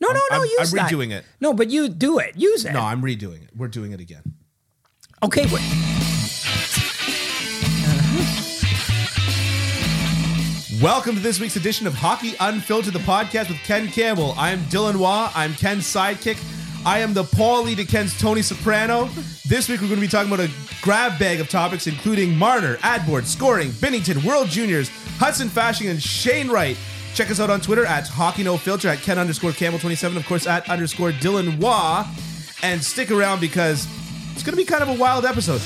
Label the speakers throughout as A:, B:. A: no, no,
B: I'm,
A: use
B: I'm
A: that.
B: redoing it.
A: No, but you do it. Use it.
B: No, I'm redoing it. We're doing it again.
A: Okay. Wait.
B: Welcome to this week's edition of Hockey Unfiltered, the podcast with Ken Campbell. I'm Dylan Waugh. I'm Ken's sidekick. I am the Paulie to Ken's Tony Soprano. This week we're going to be talking about a grab bag of topics including Marner, Adboard, scoring, Bennington, World Juniors, Hudson Fashing, and Shane Wright. Check us out on Twitter at Hockey No Filter, at Ken underscore Campbell27, of course, at underscore Dylan Waugh. And stick around because it's going to be kind of a wild episode.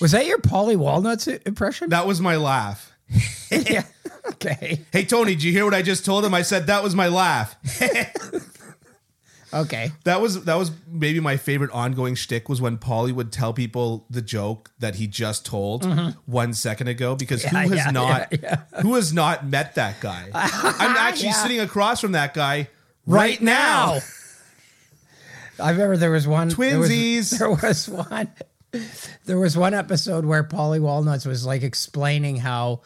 A: Was that your Polly Walnuts i- impression?
B: That was my laugh.
A: yeah. Okay.
B: Hey, Tony, did you hear what I just told him? I said that was my laugh.
A: Okay.
B: That was that was maybe my favorite ongoing shtick was when Paulie would tell people the joke that he just told one second ago because
A: Mm-hmm. Yeah,
B: who has
A: yeah,
B: not
A: yeah,
B: who has not met that guy? I'm actually
A: Yeah.
B: sitting across from that guy right, now.
A: I remember there was one there was-
B: Twinsies.
A: There was, one. There was one episode where Polly Walnuts was like explaining how,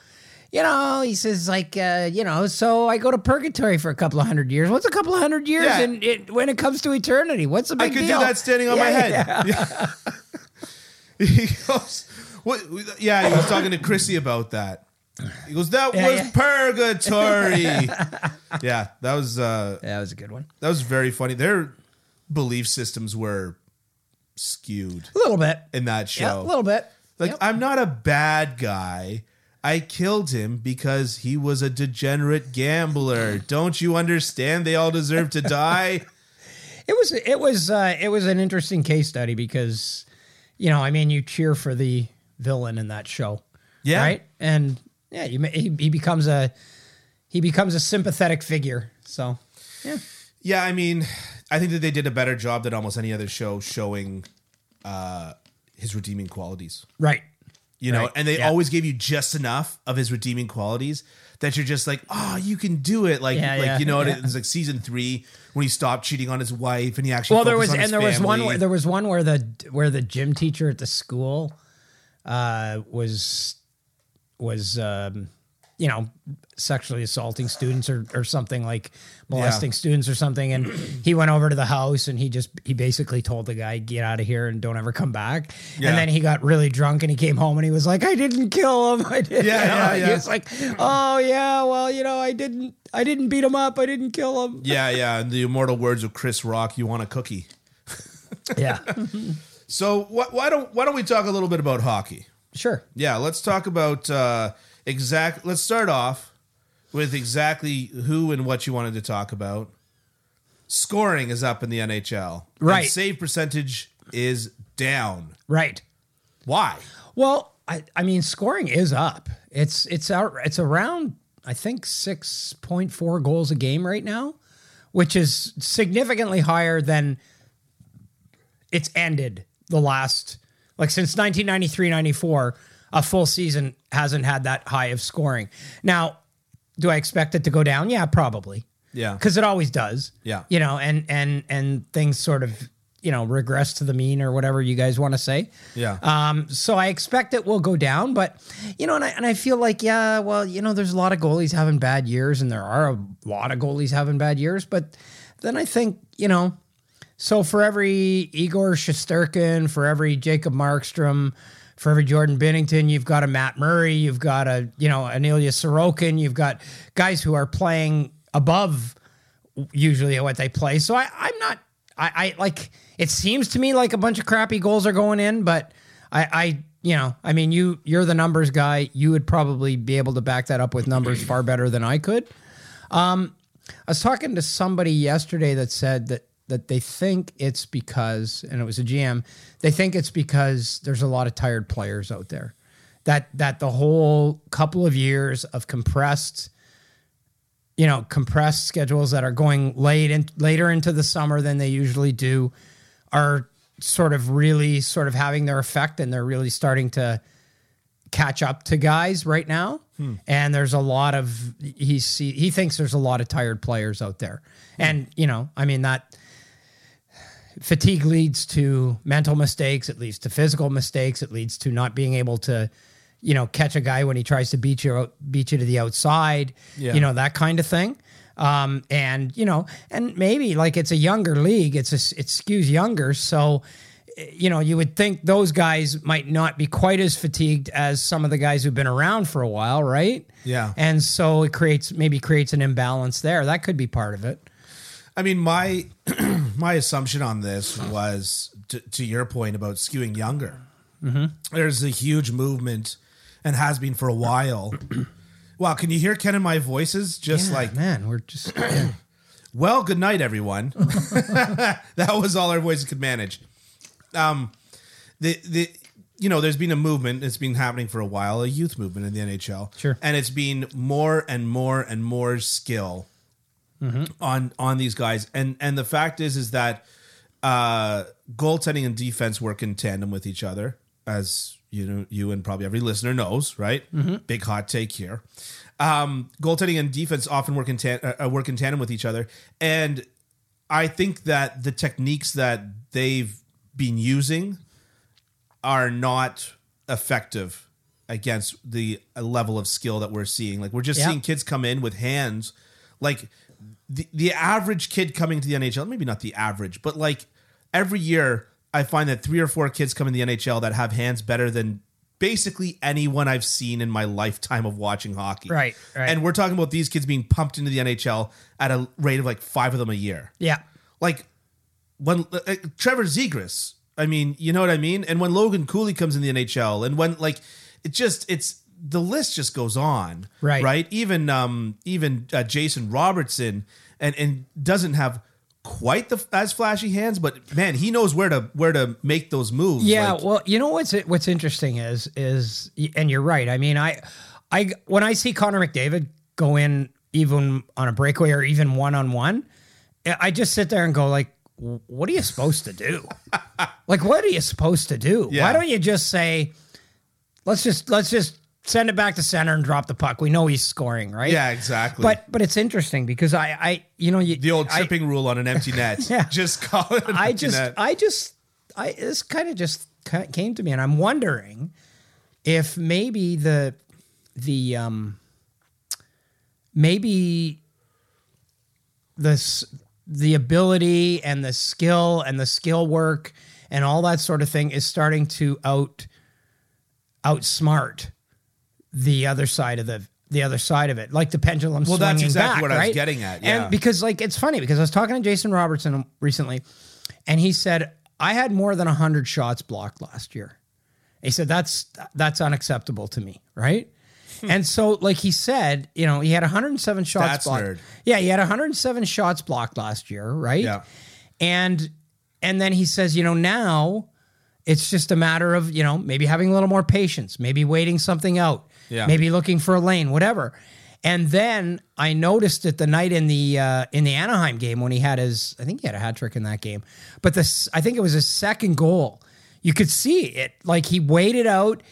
A: you know, he says like, uh, you know, so I go to purgatory for a couple of hundred years. What's a couple of hundred years?
B: Yeah.
A: And it, when it comes to eternity, what's the
B: I
A: big
B: could
A: deal?
B: do that standing on my
A: Yeah,
B: head.
A: yeah.
B: Yeah. he goes, what, yeah, he was talking to Chrissy about that. He goes, that
A: Yeah,
B: was
A: yeah.
B: purgatory. yeah, that was uh,
A: That was a good one.
B: That was very funny. Their belief systems were skewed
A: A little bit.
B: in that show.
A: Yeah, a little bit.
B: like
A: Yep.
B: I'm not a bad guy. I killed him because he was a degenerate gambler. Don't you understand? They all deserve to die.
A: It was it was uh, it was an interesting case study because, you know, I mean, you cheer for the villain in that show,
B: Yeah.
A: right? And yeah, you, ma- he, he becomes a he becomes a sympathetic figure. So yeah,
B: Yeah, I mean, I think that they did a better job than almost any other show showing uh, his redeeming qualities.
A: right.
B: you know
A: Right,
B: and they
A: yeah.
B: always give you just enough of his redeeming qualities that you're just like oh you can do it like
A: Yeah,
B: like
A: yeah,
B: you know
A: yeah.
B: it was like season three when he stopped cheating on his wife and he actually
A: Well, there was
B: focused on his
A: and there was one
B: family.
A: where, there was one where the where the gym teacher at the school uh, was was um, you know sexually assaulting students or or something like molesting students or something, and he went over to the house and he just he basically told the guy get out of here and don't ever come back,
B: Yeah.
A: and then he got really drunk and he came home and he was like I didn't kill him I did
B: Yeah, yeah, yeah.
A: he was like oh yeah well you know I didn't I didn't beat him up I didn't kill him
B: yeah yeah and the immortal words of chris rock you want a cookie
A: yeah
B: so wh- why don't why don't we talk a little bit about hockey
A: sure
B: yeah let's talk about uh exact let's start off with exactly who and what you wanted to talk about scoring is up in the nhl and
A: Right.
B: save percentage is down
A: right.
B: why
A: Well, I, I mean, scoring is up. It's it's out. It's around I think six point four goals a game right now, which is significantly higher than it's ended the last like since 1993-94 a full season hasn't had that high of scoring now do i expect it to go down yeah probably
B: Yeah.
A: because it always does
B: Yeah.
A: you know and and and things sort of you know regress to the mean or whatever you guys want to say
B: Yeah.
A: um, so I expect it will go down, but you know, and I, and I feel like, yeah, well, you know, there's a lot of goalies having bad years and there are a lot of goalies having bad years, but then I think, you know, so for every Igor Shesterkin, for every Jacob Markstrom, for every Jordan Bennington, you've got a Matt Murray, you've got a, you know, an Ilya Sorokin, you've got guys who are playing above usually what they play. So I, I'm not. I, I like. It seems to me like a bunch of crappy goals are going in, but I, I, you know, I mean, you, you're the numbers guy. You would probably be able to back that up with numbers far better than I could. Um, I was talking to somebody yesterday that said that that they think it's because, and it was a GM. They think it's because there's a lot of tired players out there. That that the whole couple of years of compressed you know compressed schedules that are going late and later into the summer than they usually do are sort of really sort of having their effect and they're really starting to catch up to guys right now and there's a lot of he see he thinks there's a lot of tired players out there and you know i mean that fatigue leads to mental mistakes it leads to physical mistakes it leads to not being able to you know, catch a guy when he tries to beat you out, beat you to the outside,
B: Yeah.
A: you know, that kind of thing. Um, and you know, and maybe like it's a younger league, it's a, it skews younger, so eh, you know, you would think those guys might not be quite as fatigued as some of the guys who've been around for a while, right?
B: Yeah.
A: And so it creates maybe creates an imbalance there. That could be part of it.
B: I mean, my my assumption on this was to, to your point about skewing younger.
A: Mm-hmm.
B: There's a huge movement, and has been for a while. wow, can you hear Ken and my voices? Just
A: Yeah,
B: like,
A: man, we're just
B: well, good night, everyone. that was all our voices could manage. Um, the the you know, there's been a movement. It's been happening for a while, a youth movement in the NHL.
A: Sure.
B: and it's been more and more and more skill on on these guys. And and the fact is, is that uh, goaltending and defense work in tandem with each other, as you know, you and probably every listener knows, right? Big hot take here. Um, goaltending and defense often work in tan- uh, uh, work in tandem with each other, and I think that the techniques that they've been using are not effective against the level of skill that we're seeing. Like we're just
A: Yeah.
B: seeing kids come in with hands. Like the the average kid coming to the NHL, maybe not the average, but like every year I find that three or four kids come in the NHL that have hands better than basically anyone I've seen in my lifetime of watching hockey.
A: Right, right.
B: And we're talking about these kids being pumped into the NHL at a rate of like five of them a year
A: yeah.
B: like when uh, Trevor Zegras, I mean, you know what I mean? And when Logan Cooley comes in the NHL and when like it just it's the list just goes on.
A: Right.
B: Right? Even um even uh, Jason Robertson and and doesn't have quite the as flashy hands, but man, he knows where to where to make those moves.
A: Yeah,
B: Like,
A: well, you know what's what's interesting is is and you're right. I mean, I I when I see Connor McDavid go in even on a breakaway or even one on one, I just sit there and go like, what are you supposed to do? like, what are you supposed to do?
B: Yeah.
A: Why don't you just say, let's just let's just send it back to center and drop the puck? We know he's scoring, right?
B: yeah, exactly.
A: But but it's interesting because I I you know you,
B: the old
A: I-
B: tripping rule on an empty net.
A: Yeah.
B: Just call it. an
A: I
B: empty
A: just,
B: net.
A: I just, I this kind of just ki- came to me, and I'm wondering if maybe the the um maybe this the ability and the skill and the skill work and all that sort of thing is starting to out outsmart the other side of the the other side of it like the pendulum
B: Well, that's
A: swinging
B: exactly
A: back,
B: what I was
A: right?
B: getting at, yeah.
A: and because like it's funny because i was talking to jason robertson recently and he said i had more than 100 shots blocked last year he said that's that's unacceptable to me right and so like he said you know he had 107 shots
B: Hmm. That's
A: blocked
B: nerd.
A: yeah he had 107 shots blocked last year right
B: Yeah.
A: and and then he says you know now it's just a matter of you know maybe having a little more patience maybe waiting something out
B: Yeah.
A: maybe looking for a lane whatever and then i noticed it the night in the uh, in the anaheim game when he had his i think he had a hat trick in that game but this i think it was his second goal you could see it like he waited out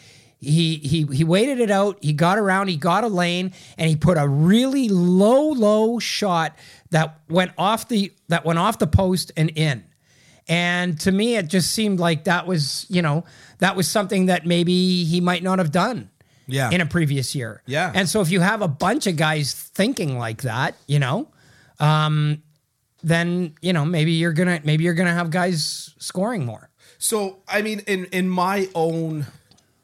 A: he he he waited it out he got around he got a lane and he put a really low low shot that went off the that went off the post and in and to me, it just seemed like that was, you know, that was something that maybe he might not have done
B: Yeah.
A: in a previous year.
B: Yeah.
A: And so if you have a bunch of guys thinking like that, you know, um, then, you know, maybe you're going to, maybe you're going to have guys scoring more.
B: So I mean, in in my own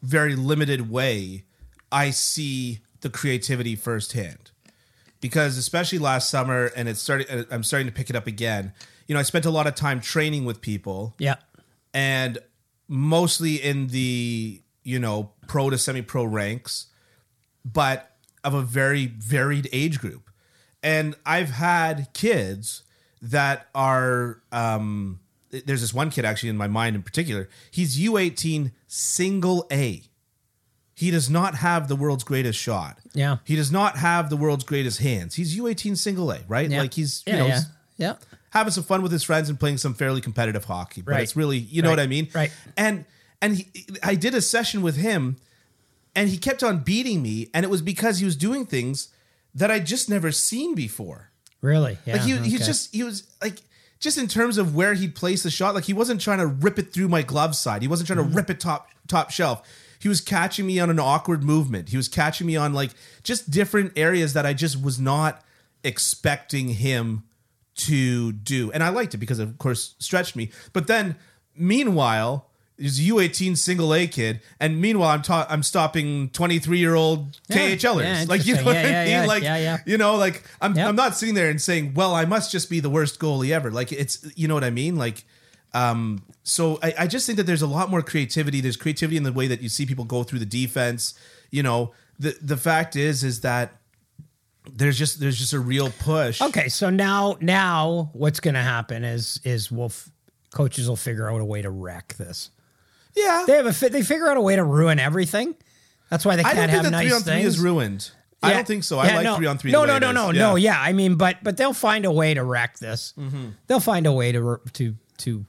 B: very limited way, I see the creativity firsthand because especially last summer, and it's starting. I'm starting to pick it up again. You know, I spent a lot of time training with people,
A: Yeah.
B: and mostly in the you know pro to semi pro ranks, but of a very varied age group. And I've had kids that are um, th- there's this one kid actually in my mind in particular. He's U18 single A. He does not have the world's greatest shot.
A: Yeah.
B: He does not have the world's greatest hands. He's U18 single A, right?
A: yeah.
B: Like he's
A: yeah,
B: you know
A: yeah. yeah.
B: having some fun with his friends and playing some fairly competitive hockey. But
A: Right.
B: it's really, you know
A: Right.
B: what I mean?
A: Right.
B: And and he, I did a session with him, and he kept on beating me, and it was because he was doing things that I just never seen before.
A: Really? Yeah.
B: Like he, he
A: okay.
B: just he was like just in terms of
A: Mm-hmm.
B: where he placed the shot, like he wasn't trying to rip it through my glove side. He wasn't trying to rip it top top shelf. he was catching me on an awkward movement. He was catching me on like just different areas that I just was not expecting him to do. And I liked it because of course stretched me. But then meanwhile, he's a U18 single A kid and meanwhile I'm ta- I'm stopping 23-year-old
A: Yeah.
B: KHLers.
A: Yeah,
B: like you know
A: interesting.
B: what
A: Yeah,
B: I
A: yeah,
B: mean?
A: yeah,
B: like
A: yeah, yeah.
B: you know, like I'm
A: Yep.
B: I'm not sitting there and saying, "Well, I must just be the worst goalie ever." Like it's you know what I mean? Like um so I, I just think that there's a lot more creativity. There's creativity in the way that you see people go through the defense. You know, the the fact is is that there's just there's just a real push.
A: Okay, so now now what's going to happen is is we'll f- coaches will figure out a way to wreck this.
B: Yeah.
A: They have a fi- they figure out a way to ruin everything. That's why they
B: I
A: can't
B: don't think
A: have
B: that
A: nice
B: three on three
A: things.
B: is ruined. I
A: Yeah.
B: don't think so. I
A: Yeah,
B: like
A: no.
B: three on three.
A: No,
B: the
A: no,
B: way it
A: no,
B: is.
A: no, no. Yeah, I mean, but but they'll find a way to wreck this.
B: Mm-hmm.
A: They'll find a way to re- to to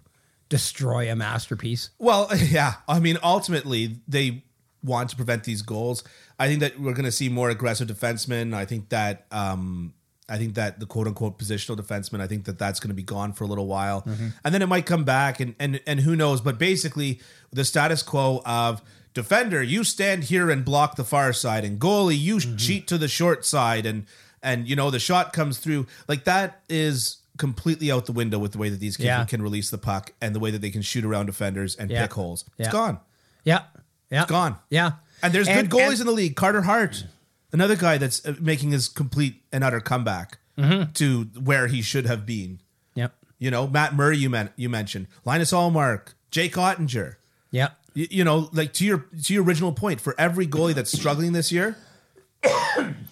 A: destroy a masterpiece.
B: Well, yeah. I mean, ultimately, they want to prevent these goals. I think that we're going to see more aggressive defensemen. I think that, um, I think that the quote unquote positional defenseman. I think that that's going to be gone for a little while, and then it might come back, and and and who knows? But basically, the status quo of defender, you stand here and block the far side, and goalie, you cheat to the short side, and and you know the shot comes through like that is completely out the window with the way that these kids
A: Yeah.
B: can release the puck and the way that they can shoot around defenders and
A: Yeah.
B: pick holes. It's
A: Yeah.
B: gone.
A: Yeah, yeah,
B: It's gone.
A: Yeah,
B: And there's
A: And-
B: good goalies
A: and-
B: in the league. Carter Hart, another guy that's uh, making his complete and utter comeback
A: Mm-hmm.
B: to where he should have been.
A: Yep,
B: You know, Matt Murray, you, men- you mentioned Linus Allmark, Jake Ottinger.
A: yep.
B: You, you know, like to your to your original point, for every goalie that's struggling this year,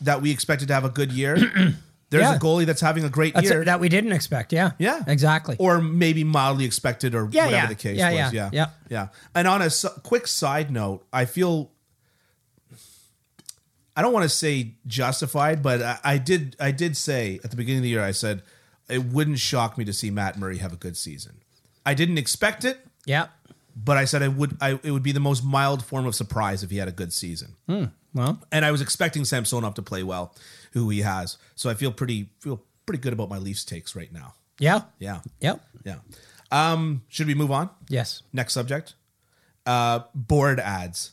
B: that we expected to have a good year, there's
A: Yeah.
B: a goalie that's having a great
A: That's
B: year.
A: it, that we didn't expect. Yeah,
B: Yeah,
A: exactly.
B: Or maybe mildly expected, or
A: Yeah,
B: whatever
A: yeah.
B: the case
A: Yeah,
B: was.
A: yeah,
B: yeah,
A: yeah.
B: yeah. And on a s- quick side note, I feel I don't want to say justified, but I, I did. I did say at the beginning of the year, I said it wouldn't shock me to see Matt Murray have a good season. I didn't expect it,
A: yep.
B: but I said I would. I, it would be the most mild form of surprise if he had a good season
A: Hmm. Well,
B: and I was expecting Samsonov to play well, who he has. So I feel pretty feel pretty good about my Leafs takes right now.
A: yeah,
B: Yeah,
A: yep.
B: yeah. Um, should we move on?
A: Yes.
B: Next subject. Uh, board ads.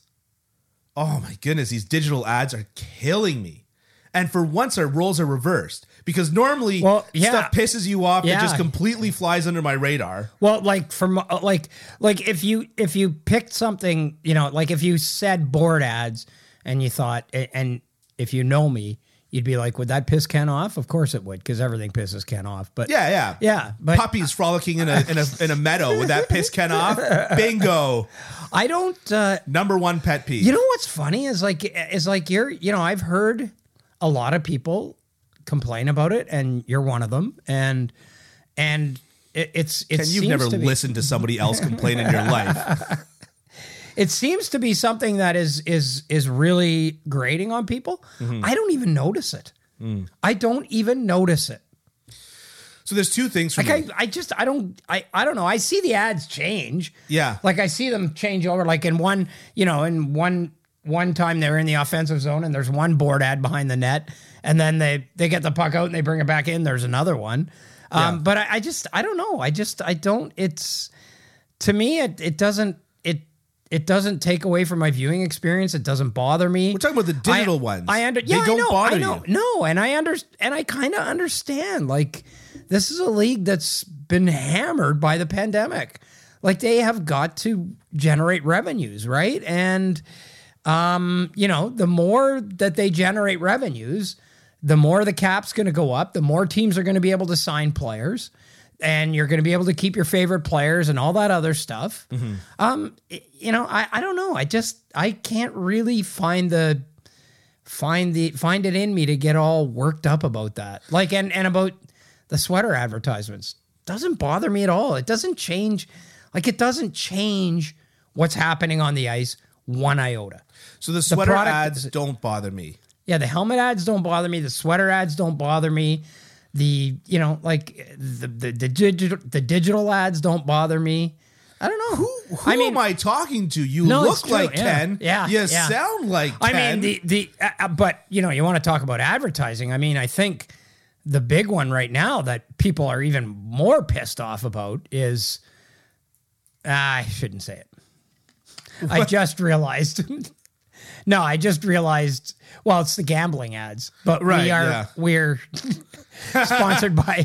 B: Oh my goodness, these digital ads are killing me. And for once, our roles are reversed because normally
A: Well, yeah.
B: stuff pisses you off. It
A: Yeah.
B: just completely flies under my radar.
A: Well, like from uh, like like if you if you picked something, you know, like if you said board ads and you thought and if you know me, you'd be like, would that piss Ken off? Of course it would, because everything pisses Ken off. But
B: Yeah, yeah,
A: yeah. But
B: Puppies frolicking in a in a in a meadow with that piss Ken off. Bingo,
A: I don't. Uh,
B: number one pet peeve.
A: you know what's funny is like is like you're you know I've heard a lot of people complain about it, and you're one of them, and and it, it's it's
B: and you've never listened to somebody else complain in your life.
A: it seems to be something that is is is really grating on people.
B: Mm-hmm.
A: I don't even notice it.
B: Mm.
A: I don't even notice it.
B: So there's two things for me.
A: Like I, I just I don't I, I don't know. I see the ads change.
B: Yeah.
A: Like I see them change over like in one, you know, in one one time they're in the offensive zone and there's one board ad behind the net and then they they get the puck out and they bring it back in, there's another one. Um
B: Yeah.
A: but I, I just I don't know. I just I don't it's to me it it doesn't it it doesn't take away from my viewing experience. It doesn't bother me. We're
B: talking about the digital ones.
A: I under
B: They
A: yeah,
B: don't
A: I know,
B: bother
A: I know.
B: you.
A: No, and I under and I kind of understand. Like this is a league that's been hammered by the pandemic. Like they have got to generate revenues, right? And um, you know, the more that they generate revenues, the more the cap's going to go up, the more teams are going to be able to sign players, and you're going to be able to keep your favorite players and all that other stuff. Um, y- you know, I, I don't know. I just I can't really find the find the find it in me to get all worked up about that. Like and and about the sweater advertisements doesn't bother me at all. It doesn't change like it doesn't change what's happening on the ice one iota.
B: So the sweater
A: product-
B: ads don't bother me.
A: Yeah, the helmet ads don't bother me. The sweater ads don't bother me. The you know like the the, the digital the digital ads don't bother me. I don't know who,
B: Who
A: I mean
B: am I talking to? You
A: No, it's
B: look
A: true.
B: like
A: Yeah.
B: Ken.
A: Yeah,
B: You
A: yeah.
B: sound like
A: I
B: Ken.
A: mean the the uh, uh, but you know you want to talk about advertising. I mean I think the big one right now that people are even more pissed off about is I shouldn't say it. I just realized. no, I just realized. Well, it's the gambling ads, but
B: Right,
A: we are
B: yeah.
A: we're sponsored by.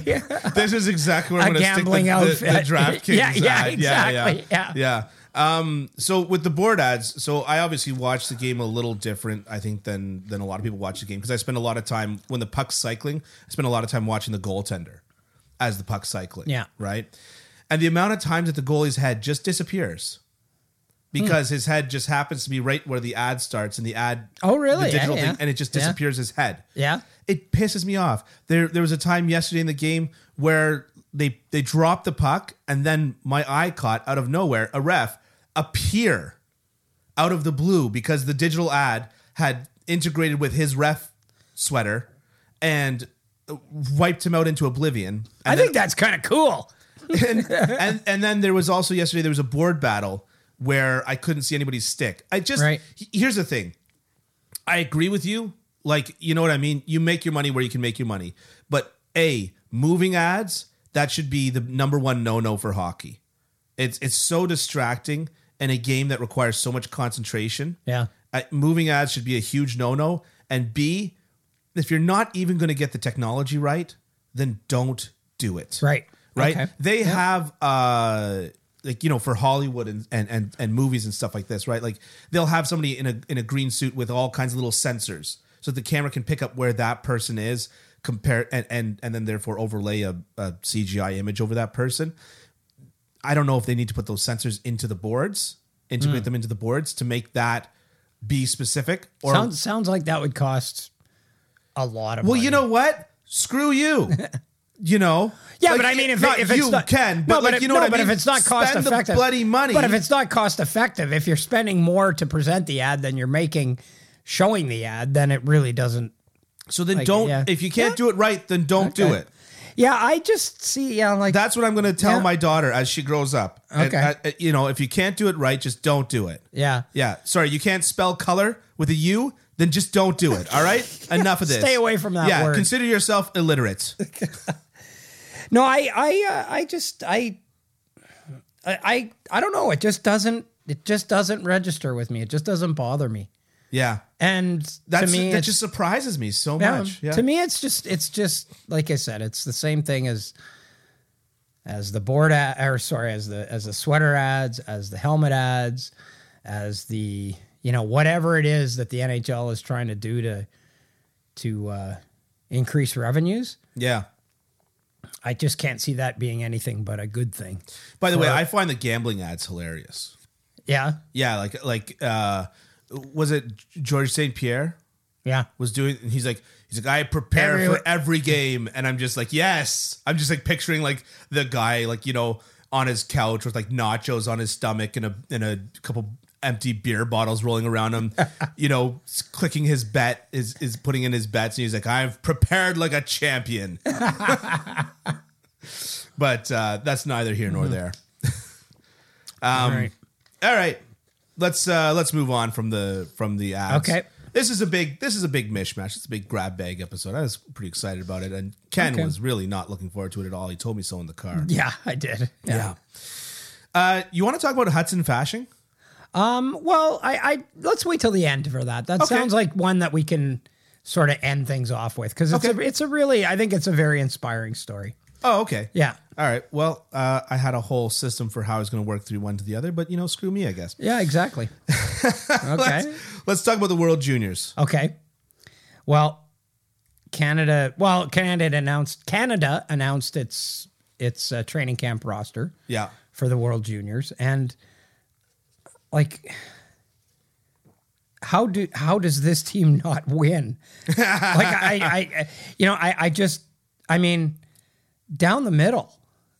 B: This is exactly where
A: A
B: I'm going to stick the,
A: gambling
B: the, the
A: outfit.
B: DraftKings
A: Yeah, yeah,
B: ad.
A: exactly,
B: yeah, yeah, yeah. Um, so with the board ads, so I obviously watch the game a little different, I think, than than a lot of people watch the game because I spend a lot of time when the puck's cycling. I spend a lot of time watching the goaltender as the puck's cycling.
A: Yeah.
B: right. And the amount of times that the goalie's head just disappears because his head just happens to be right where the ad starts and the ad.
A: Hmm. Oh, really?
B: The
A: Yeah,
B: digital
A: yeah.
B: thing, and it just
A: Yeah.
B: disappears his head
A: yeah.
B: it pisses me off. There there was a time yesterday in the game where they they dropped the puck and then my eye caught out of nowhere a ref appear out of the blue because the digital ad had integrated with his ref sweater and wiped him out into oblivion.
A: I
B: And
A: think that's kind of cool.
B: and, and and then there was also yesterday there was a board battle where I couldn't see anybody's stick. I just
A: Right.
B: he- here's the thing. I agree with you. Like you know what I mean. You make your money where you can make your money. But a moving ads that should be the number one no no for hockey. It's it's so distracting and a game that requires so much concentration.
A: Yeah.
B: Uh, moving ads should be a huge no no. And B, if you're not even going to get the technology right, then don't do it
A: Right.
B: right?
A: Okay.
B: They have uh like you know for Hollywood and, and and and movies and stuff like this, right? Like they'll have somebody in a in a green suit with all kinds of little sensors so the camera can pick up where that person is compare and and and then therefore overlay a, a CGI image over that person. I don't know if they need to put those sensors into the boards,
A: Mm.
B: integrate them into the boards to make that be specific or
A: Sounds sounds like that would cost a lot of
B: well,
A: money.
B: you know what? Screw you. You know.
A: Yeah,
B: Like,
A: but I mean, if,
B: not
A: it- if it's
B: you
A: not,
B: can,
A: no,
B: but, like,
A: if-
B: you know
A: no,
B: what I
A: but
B: mean.
A: if it's not cost
B: Spend
A: effective,
B: the bloody money.
A: But if it's not cost effective, if you're spending more to present the ad than you're making showing the ad, then it really doesn't.
B: so then don't.
A: yeah.
B: If you can't do it right, then don't do
A: Okay.
B: it.
A: Yeah, I just see. Yeah, like
B: That's what I'm going to tell
A: Yeah.
B: my daughter as she grows up. And,
A: Okay.
B: uh, you know, if you can't do it right, just don't do it.
A: yeah.
B: Yeah. Sorry, you can't spell color with a U. Then just don't do it. All right. Enough of this.
A: Stay away from that
B: Yeah.
A: word.
B: Consider yourself illiterate.
A: No, I, I, uh, I just, I, I, I, I don't know. It just doesn't. It just doesn't register with me. It just doesn't bother me.
B: Yeah.
A: And
B: That's
A: to me,
B: that
A: it's-
B: just surprises me so
A: Yeah,
B: much. Yeah.
A: Um, To me, it's just it's just like I said, it's the same thing as as the board ad, or sorry, as the as the sweater ads, as the helmet ads, as the you know whatever it is that the NHL is trying to do to to uh, increase revenues.
B: Yeah.
A: I just can't see that being anything but a good thing.
B: By the way, I find the gambling ads hilarious.
A: Yeah,
B: Yeah, like like uh was it George St. Pierre
A: yeah,
B: was doing and he's like he's like I prepare
A: Every-
B: for every game and I'm just like yes. I'm just like picturing like the guy like you know on his couch with like nachos on his stomach and a and a couple empty beer bottles rolling around him, you know, s- clicking his bet is is putting in his bets and he's like I've prepared like a champion. but uh that's neither here nor there. Um,
A: All right.
B: All right. Let's uh let's move on from the from the ads.
A: Okay.
B: This is a big this is a big mishmash. It's a big grab bag episode. I was pretty excited about it and Ken
A: Okay.
B: was really not looking forward to it at all. He told me so in the car.
A: yeah. I did.
B: Yeah. Uh you want to talk about Hudson Fashing?
A: Um, well, I, I let's wait till the end for that. That
B: Okay.
A: sounds like one that we can sort of end things off with because it's a,
B: Okay.
A: it's a really I think it's a very inspiring story.
B: Oh, okay.
A: Yeah,
B: All right. Well, uh, I had a whole system for how I was going to work through one to the other, but you know, screw me, I guess.
A: yeah, exactly. okay,
B: Let's talk about the World Juniors.
A: okay. Well, Canada. Well, Canada announced Canada announced its its uh, training camp roster.
B: Yeah.
A: for the World Juniors and like how do how does this team not win? like I, I, I you know I I just I mean down the middle.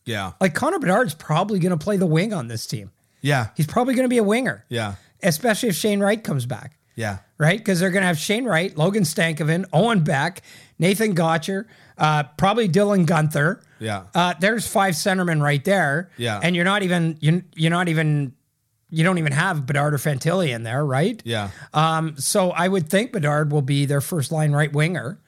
B: Yeah.
A: Like Connor Bedard's probably going to play the wing on this team.
B: Yeah.
A: He's probably going to be a winger.
B: Yeah.
A: Especially if Shane Wright comes back,
B: Yeah.
A: right? Because they're going to have Shane Wright, Logan Stankoven, Owen Beck, Nathan Gotcher, uh, probably Dylan Gunther.
B: Yeah.
A: Uh, there's five centermen right there.
B: Yeah.
A: And you're not even you you're not even you don't even have Bedard or Fantilli in there, right?
B: Yeah.
A: Um, so I would think Bedard will be their first line right winger.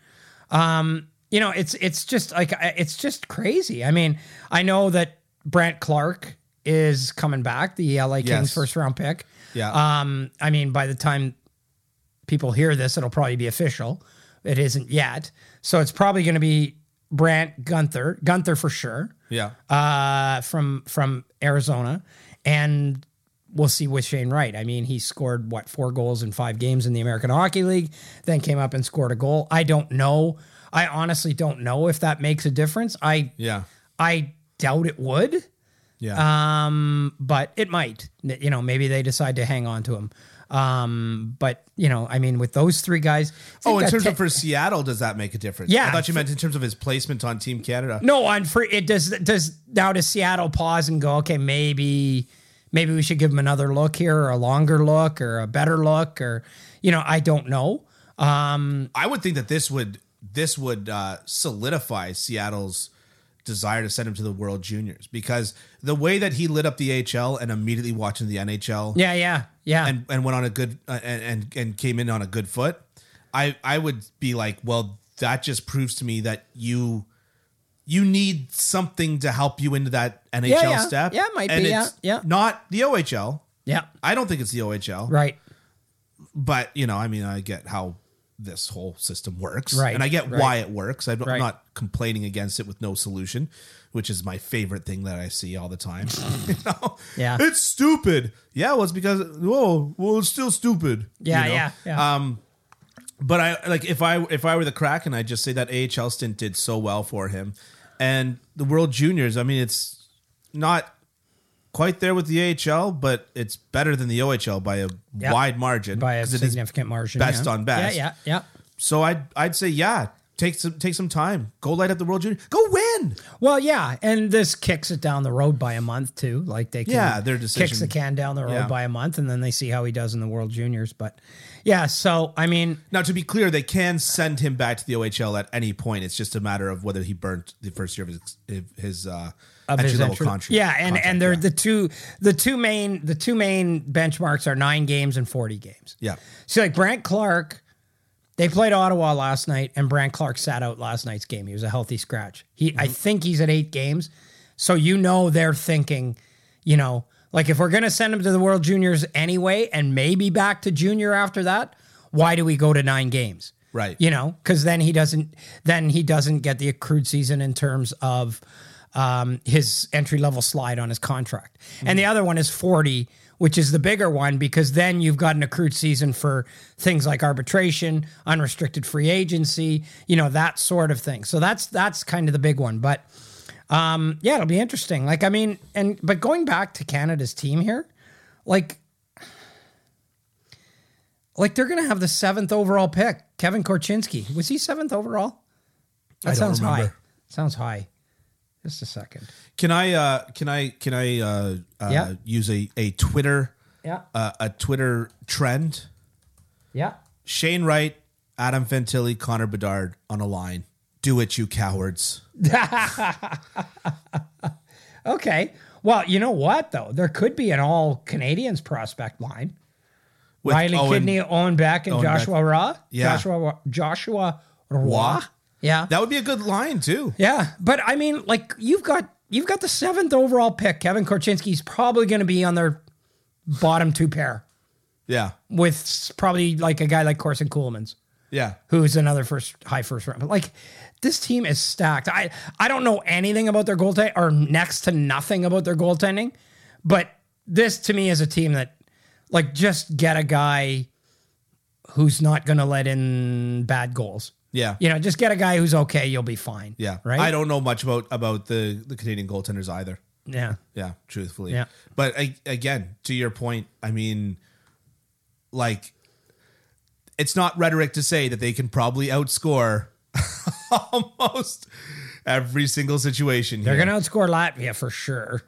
A: Um, you know, it's it's just like I- it's just crazy. I mean, I know that Brant Clark is coming back, the LA Kings
B: Yes.
A: first round pick.
B: Yeah.
A: Um, I mean, by the time people hear this, it'll probably be official. It isn't yet. So it's probably going to be Brant Gunther, Gunther for sure,
B: yeah.
A: uh, from from Arizona, and we'll see with Shane Wright. I mean, he scored what four goals in five games in the American Hockey League, then came up and scored a goal. I don't know. I honestly don't know if that makes a difference. I
B: Yeah.
A: I doubt it would.
B: Yeah.
A: Um, but it might. N- You know, maybe they decide to hang on to him. Um, but you know, I mean, with those three guys. I think
B: oh, in
A: that
B: terms
A: ta-
B: of for Seattle, does that make a difference?
A: Yeah.
B: I thought you meant in terms of his placement on Team Canada.
A: no, on free it does. Does now does Seattle pause and go? Okay, maybe maybe we should give him another look here, or a longer look, or a better look, or you know, I don't know. Um,
B: I would think that this would this would uh, solidify Seattle's desire to send him to the World Juniors because the way that he lit up the HL and immediately watching the NHL
A: yeah, yeah, yeah.
B: and and went on a good uh, and, and and came in on a good foot, I I would be like, well, that just proves to me that you you need something to help you into that NHL
A: yeah.
B: step.
A: Yeah, it might
B: and
A: be,
B: it's
A: yeah, yeah.
B: Not the OHL.
A: yeah,
B: I don't think it's the OHL
A: right.
B: but you know, I mean, I get how this whole system works,
A: Right,
B: And I get
A: right.
B: why it works. I don't- I'm
A: Right.
B: not complaining against it with no solution, which is my favorite thing that I see all the time. you know?
A: Yeah.
B: it's stupid. Yeah, well, it's because whoa, well, it's still stupid. you
A: Yeah,
B: know? Um,
A: yeah, yeah.
B: But I like if I if I were the Kraken, I'd just say that AHL stint did so well for him, and the World Juniors. I mean, it's not quite there with the AHL, but it's better than the OHL by a
A: Yeah.
B: wide margin.
A: by a
B: 'cause it is
A: significant margin.
B: best
A: yeah.
B: on best.
A: Yeah, yeah, yeah.
B: So I'd I'd say yeah, take some take some time. Go light up the World Junior. Go win.
A: Well, yeah, and this kicks it down the road by a month too. Like they can
B: Yeah, their
A: kicks
B: decision.
A: the can down the road
B: Yeah.
A: by a month, and then they see how he does in the World Juniors. But yeah, so I mean,
B: Now to be clear, they can send him back to the OHL at any point. It's just a matter of whether he burnt the first year of his of his uh,
A: of
B: entry
A: his
B: level
A: entry-
B: contract.
A: yeah, and
B: contract,
A: and they're
B: yeah.
A: the two the two main the two main benchmarks are nine games and forty games.
B: yeah.
A: See, like Brant Clark, they played Ottawa last night, and Brant Clark sat out last night's game. He was a healthy scratch. He, I think he's at eight games, so you know they're thinking, you know, like if we're gonna send him to the World Juniors anyway, and maybe back to junior after that, why do we go to nine games?
B: Right.
A: You know, because then he doesn't then he doesn't get the accrued season in terms of um, his entry level slide on his contract. And the other one is 40, which is the bigger one because then you've got an accrued season for things like arbitration, unrestricted free agency, you know, that sort of thing. So that's that's kind of the big one. But um, yeah, it'll be interesting. Like, I mean, and but going back to Canada's team here, like like they're gonna have the seventh overall pick, Kevin Korchinski. Was he seventh overall? That
B: don't
A: sounds high.
B: remember.
A: Sounds high. Just a second.
B: Can I uh, can I can I uh, uh,
A: Yeah.
B: use a a Twitter
A: Yeah.
B: uh, a Twitter trend?
A: Yeah.
B: Shane Wright, Adam Fantilli, Connor Bedard on a line. Do it, you cowards.
A: Okay. Well, you know what though? There could be an all Canadians prospect line.
B: With
A: Riley
B: Owen-
A: Kidney, Owen Beck, and
B: Owen Beck.
A: Joshua Raw.
B: Yeah.
A: Joshua Ra- Joshua Raw.
B: Wah?
A: Yeah.
B: That would be a good line too.
A: Yeah, but I mean, like you've got you've got the seventh overall pick. Kevin Korchinski's probably going to be on their bottom two pair
B: Yeah.
A: with s- probably like a guy like Carson Coolman's,
B: Yeah.
A: who's another first high first round. But like this team is stacked. I I don't know anything about their goaltending or next to nothing about their goaltending, but this to me is a team that like just get a guy who's not going to let in bad goals.
B: Yeah.
A: You know, just get a guy who's okay, you'll be fine.
B: Yeah.
A: Right?
B: I don't know much about about the the Canadian goaltenders either.
A: Yeah.
B: Yeah, truthfully.
A: Yeah.
B: But I, again, to your point, I mean, like, it's not rhetoric to say that they can probably outscore almost every single situation.
A: They're
B: here.
A: going to outscore Latvia for sure.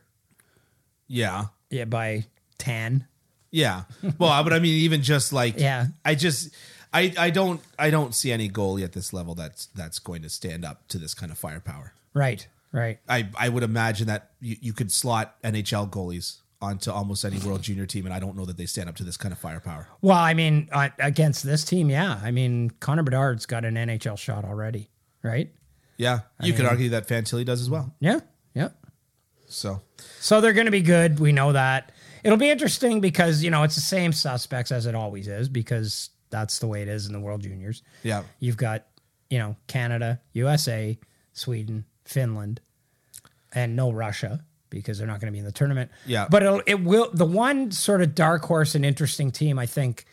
B: yeah.
A: Yeah, by 10.
B: Yeah. Well, but I mean, even just like,
A: Yeah.
B: I just, I, I don't, I don't see any goalie at this level that's that's going to stand up to this kind of firepower.
A: Right, right.
B: I, I would imagine that you, you could slot NHL goalies onto almost any World Junior team, and I don't know that they stand up to this kind of firepower.
A: Well, I mean, uh, against this team, yeah. I mean, Connor Bedard's got an NHL shot already, right?
B: Yeah, you could argue that Fantilli does as well.
A: Yeah, yeah.
B: So
A: So they're going to be good. We know that. It'll be interesting because you know it's the same suspects as it always is because that's the way it is in the World Juniors.
B: Yeah.
A: You've got you know Canada, USA, Sweden, Finland, and no Russia because they're not going to be in the tournament.
B: Yeah.
A: But it'll, it will the one sort of dark horse and interesting team I think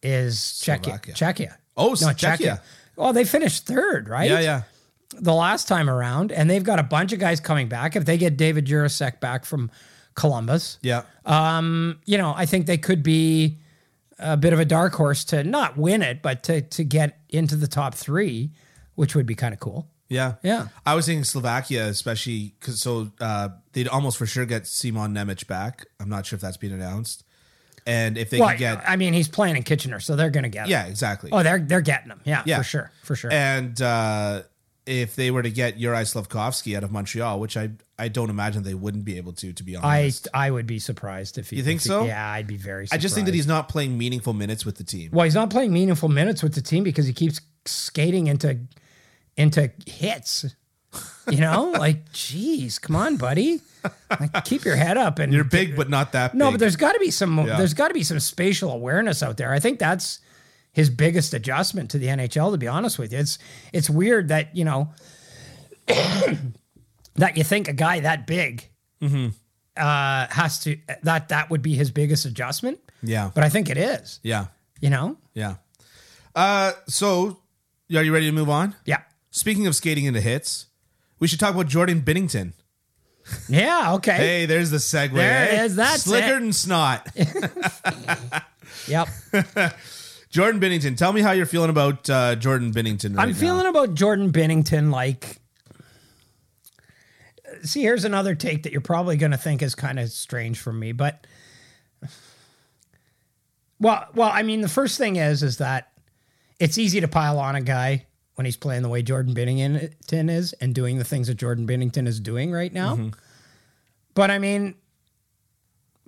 A: is Czechia.
B: Slovakia.
A: Czechia.
B: Oh, Czechia.
A: Oh, they finished third, right?
B: Yeah, yeah.
A: the last time around, and they've got a bunch of guys coming back. If they get David Jurasek back from Columbus,
B: Yeah.
A: you know, I think they could be a bit of a dark horse to not win it, but to to get into the top three, which would be kind of cool.
B: Yeah.
A: Yeah.
B: I was thinking Slovakia, especially because so uh, they'd almost for sure get Simon Nemec back. I'm not sure if that's been announced. And if they
A: Well,
B: could get,
A: I mean, he's playing in Kitchener, so they're going to get him.
B: yeah, exactly.
A: Oh, they're they're getting him. Yeah,
B: Yeah.
A: for sure, for sure.
B: And uh, if they were to get Yuri Slavkovsky out of Montreal, which I I don't imagine they wouldn't be able to, to be
A: I
B: honest.
A: I would be surprised if he.
B: You think
A: if he-
B: so?
A: Yeah, I'd be very.
B: I
A: surprised.
B: just think that he's not playing meaningful minutes with the team.
A: Well, he's not playing meaningful minutes with the team because he keeps skating into into hits. You know, like, geez, come on, buddy, like, keep your head up and
B: You're big, but not that.
A: no, but
B: big.
A: there's got to be some
B: Yeah.
A: there's got to be some spatial awareness out there. I think that's his biggest adjustment to the NHL. To be honest with you, it's it's weird that you know that you think a guy that big
B: Mm-hmm.
A: uh, has to that that would be his biggest adjustment.
B: yeah,
A: But I think it is.
B: yeah,
A: You know,
B: yeah. Uh, so are you ready to move on?
A: yeah.
B: Speaking of skating into hits, we should talk about Jordan Binnington.
A: Yeah. Okay.
B: Hey, there's the segue.
A: There it
B: eh?
A: is, that's
B: slicker
A: it.
B: than snot.
A: Yep.
B: Jordan Binnington, tell me how you're feeling about uh, Jordan Binnington. Right
A: I'm
B: now.
A: feeling about Jordan Bennington like. See, here's another take that you're probably going to think is kind of strange from me, but. Well, well, I mean, the first thing is is that it's easy to pile on a guy when he's playing the way Jordan Bennington is and doing the things that Jordan Bennington is doing right now. But I mean,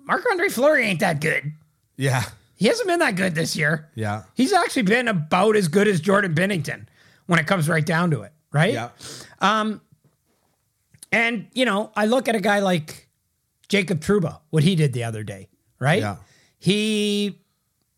A: Marc Andre Fleury ain't that good.
B: Yeah,
A: He hasn't been that good this year.
B: yeah,
A: He's actually been about as good as Jordan Bennington when it comes right down to it, right?
B: yeah,
A: And, you know, I look at a guy like Jacob Truba, what he did the other day, right?
B: Yeah.
A: He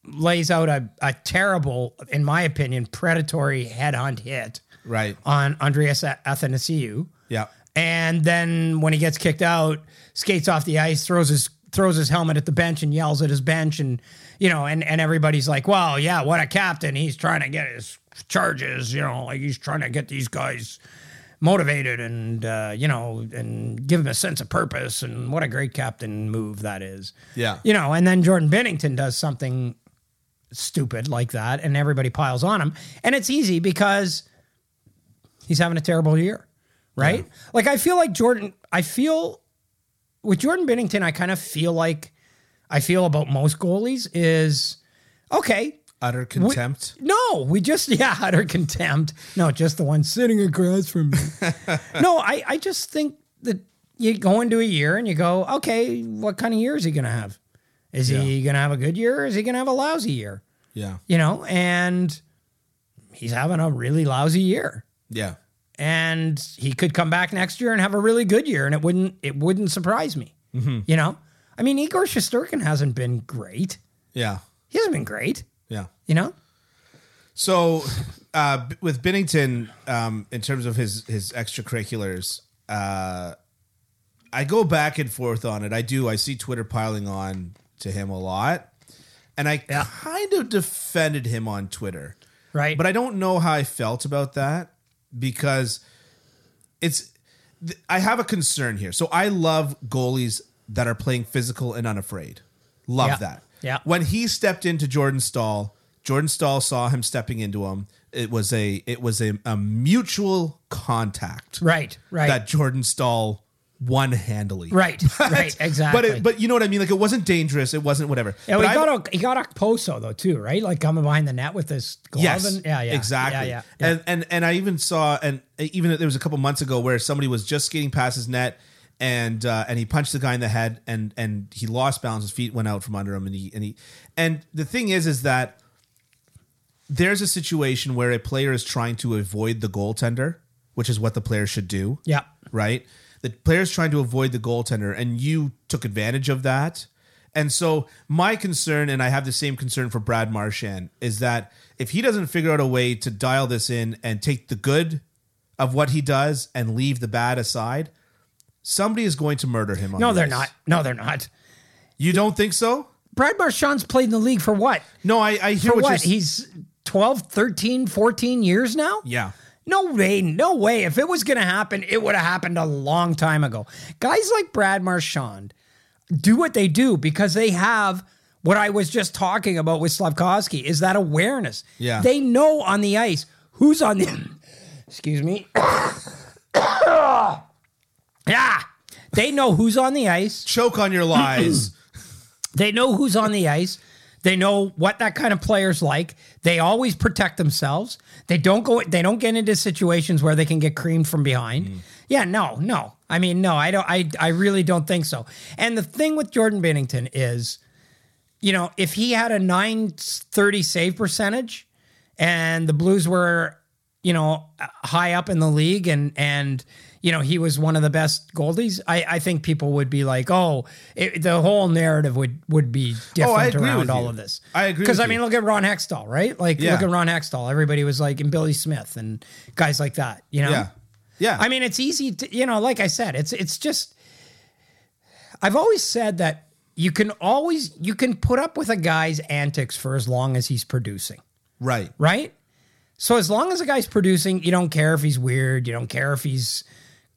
A: lays out a, a terrible, in my opinion, predatory headhunt hit
B: right,
A: on Andreas Athanasiou.
B: yeah,
A: And then when he gets kicked out, skates off the ice, throws his throws his helmet at the bench and yells at his bench and you know and and everybody's like, "Well, yeah, what a captain. He's trying to get his charges, you know, like he's trying to get these guys motivated and uh, you know and give him a sense of purpose and what a great captain move that is."
B: Yeah.
A: You know, and then Jordan Bennington does something stupid like that and everybody piles on him. And it's easy because he's having a terrible year, right? Like I feel like Jordan, I feel with Jordan Bennington, I kind of feel like I feel about most goalies is okay.
B: utter contempt.
A: No, we just yeah, utter contempt. No, just the one sitting across from me. no, I I just think that you go into a year and you go, okay, what kind of year is he going to have? Is he going to have a good year? Or is he going to have a lousy year?
B: yeah,
A: You know, and he's having a really lousy year
B: yeah,
A: and he could come back next year and have a really good year, and it wouldn't it wouldn't surprise me.
B: Mm-hmm.
A: You know, I mean, Igor Shosturkin hasn't been great.
B: yeah,
A: He hasn't been great.
B: yeah.
A: You know,
B: So, uh, b- with Bennington, um, in terms of his his extracurriculars, uh, I go back and forth on it. I do. I see Twitter piling on to him a lot, and I kind of defended him on Twitter,
A: right?
B: but I don't know how I felt about that because it's. th- I have a concern here. So I love goalies that are playing physical and unafraid. Love
A: Yeah.
B: that.
A: Yeah.
B: When he stepped into Jordan Stahl, Jordan Stahl saw him stepping into him. It was a it was a, a mutual contact
A: right, right,
B: that Jordan Stahl one handily.
A: right, right, exactly.
B: But it, but you know what I mean? Like it wasn't dangerous. It wasn't whatever.
A: yeah, well,
B: But
A: he
B: I've-
A: got a, he got Okposo though too, right? Like coming behind the net with his glove.
B: Yes.
A: and, yeah, yeah,
B: Exactly.
A: Yeah, yeah, yeah.
B: And and and I even saw and even there was a couple months ago where somebody was just skating past his net and uh, and he punched the guy in the head and and he lost balance. His feet went out from under him and he and he and the thing is is that there's a situation where a player is trying to avoid the goaltender, which is what the player should do
A: yeah.
B: right? The player's trying to avoid the goaltender, and you took advantage of that. And so my concern, and I have the same concern for Brad Marchand, is that if he doesn't figure out a way to dial this in and take the good of what he does and leave the bad aside, somebody is going to murder him. On
A: No,
B: the
A: they're
B: ice.
A: not. No, they're not.
B: You don't think so?
A: Brad Marchand's played in the league for what?
B: No, I, I hear
A: For
B: what,
A: what?
B: you're saying.
A: He's 12, 13, 14 years now?
B: Yeah.
A: No way, no way. If it was going to happen, it would have happened a long time ago. Guys like Brad Marchand do what they do because they have what I was just talking about with Slavkovsky is that awareness.
B: Yeah.
A: They know on the ice who's on the excuse me. yeah. They know who's on the ice.
B: Choke on your lies.
A: They know who's on the ice. They know what that kind of player's like. They always protect themselves. They don't go. They don't get into situations where they can get creamed from behind. Yeah, no, no. I mean, no. I don't. I I really don't think so. And the thing with Jordan Bennington is, you know, if he had a nine thirty save percentage, and the Blues were, you know, high up in the league, and and you know he was one of the best goalies, I, I think people would be like, oh, it, the whole narrative would would be different
B: Oh, agree with
A: around all
B: you.
A: of this.
B: I agree
A: because
B: with
A: I mean,
B: you.
A: look at Ron Hextall, right? Like
B: Yeah.
A: look at Ron Hextall. Everybody was like, and Billy Smith and guys like that. You know,
B: yeah. Yeah.
A: I mean, it's easy to, you know, like I said, it's it's just I've always said that you can always you can put up with a guy's antics for as long as he's producing,
B: right.
A: right? So as long as a guy's producing, you don't care if he's weird, you don't care if he's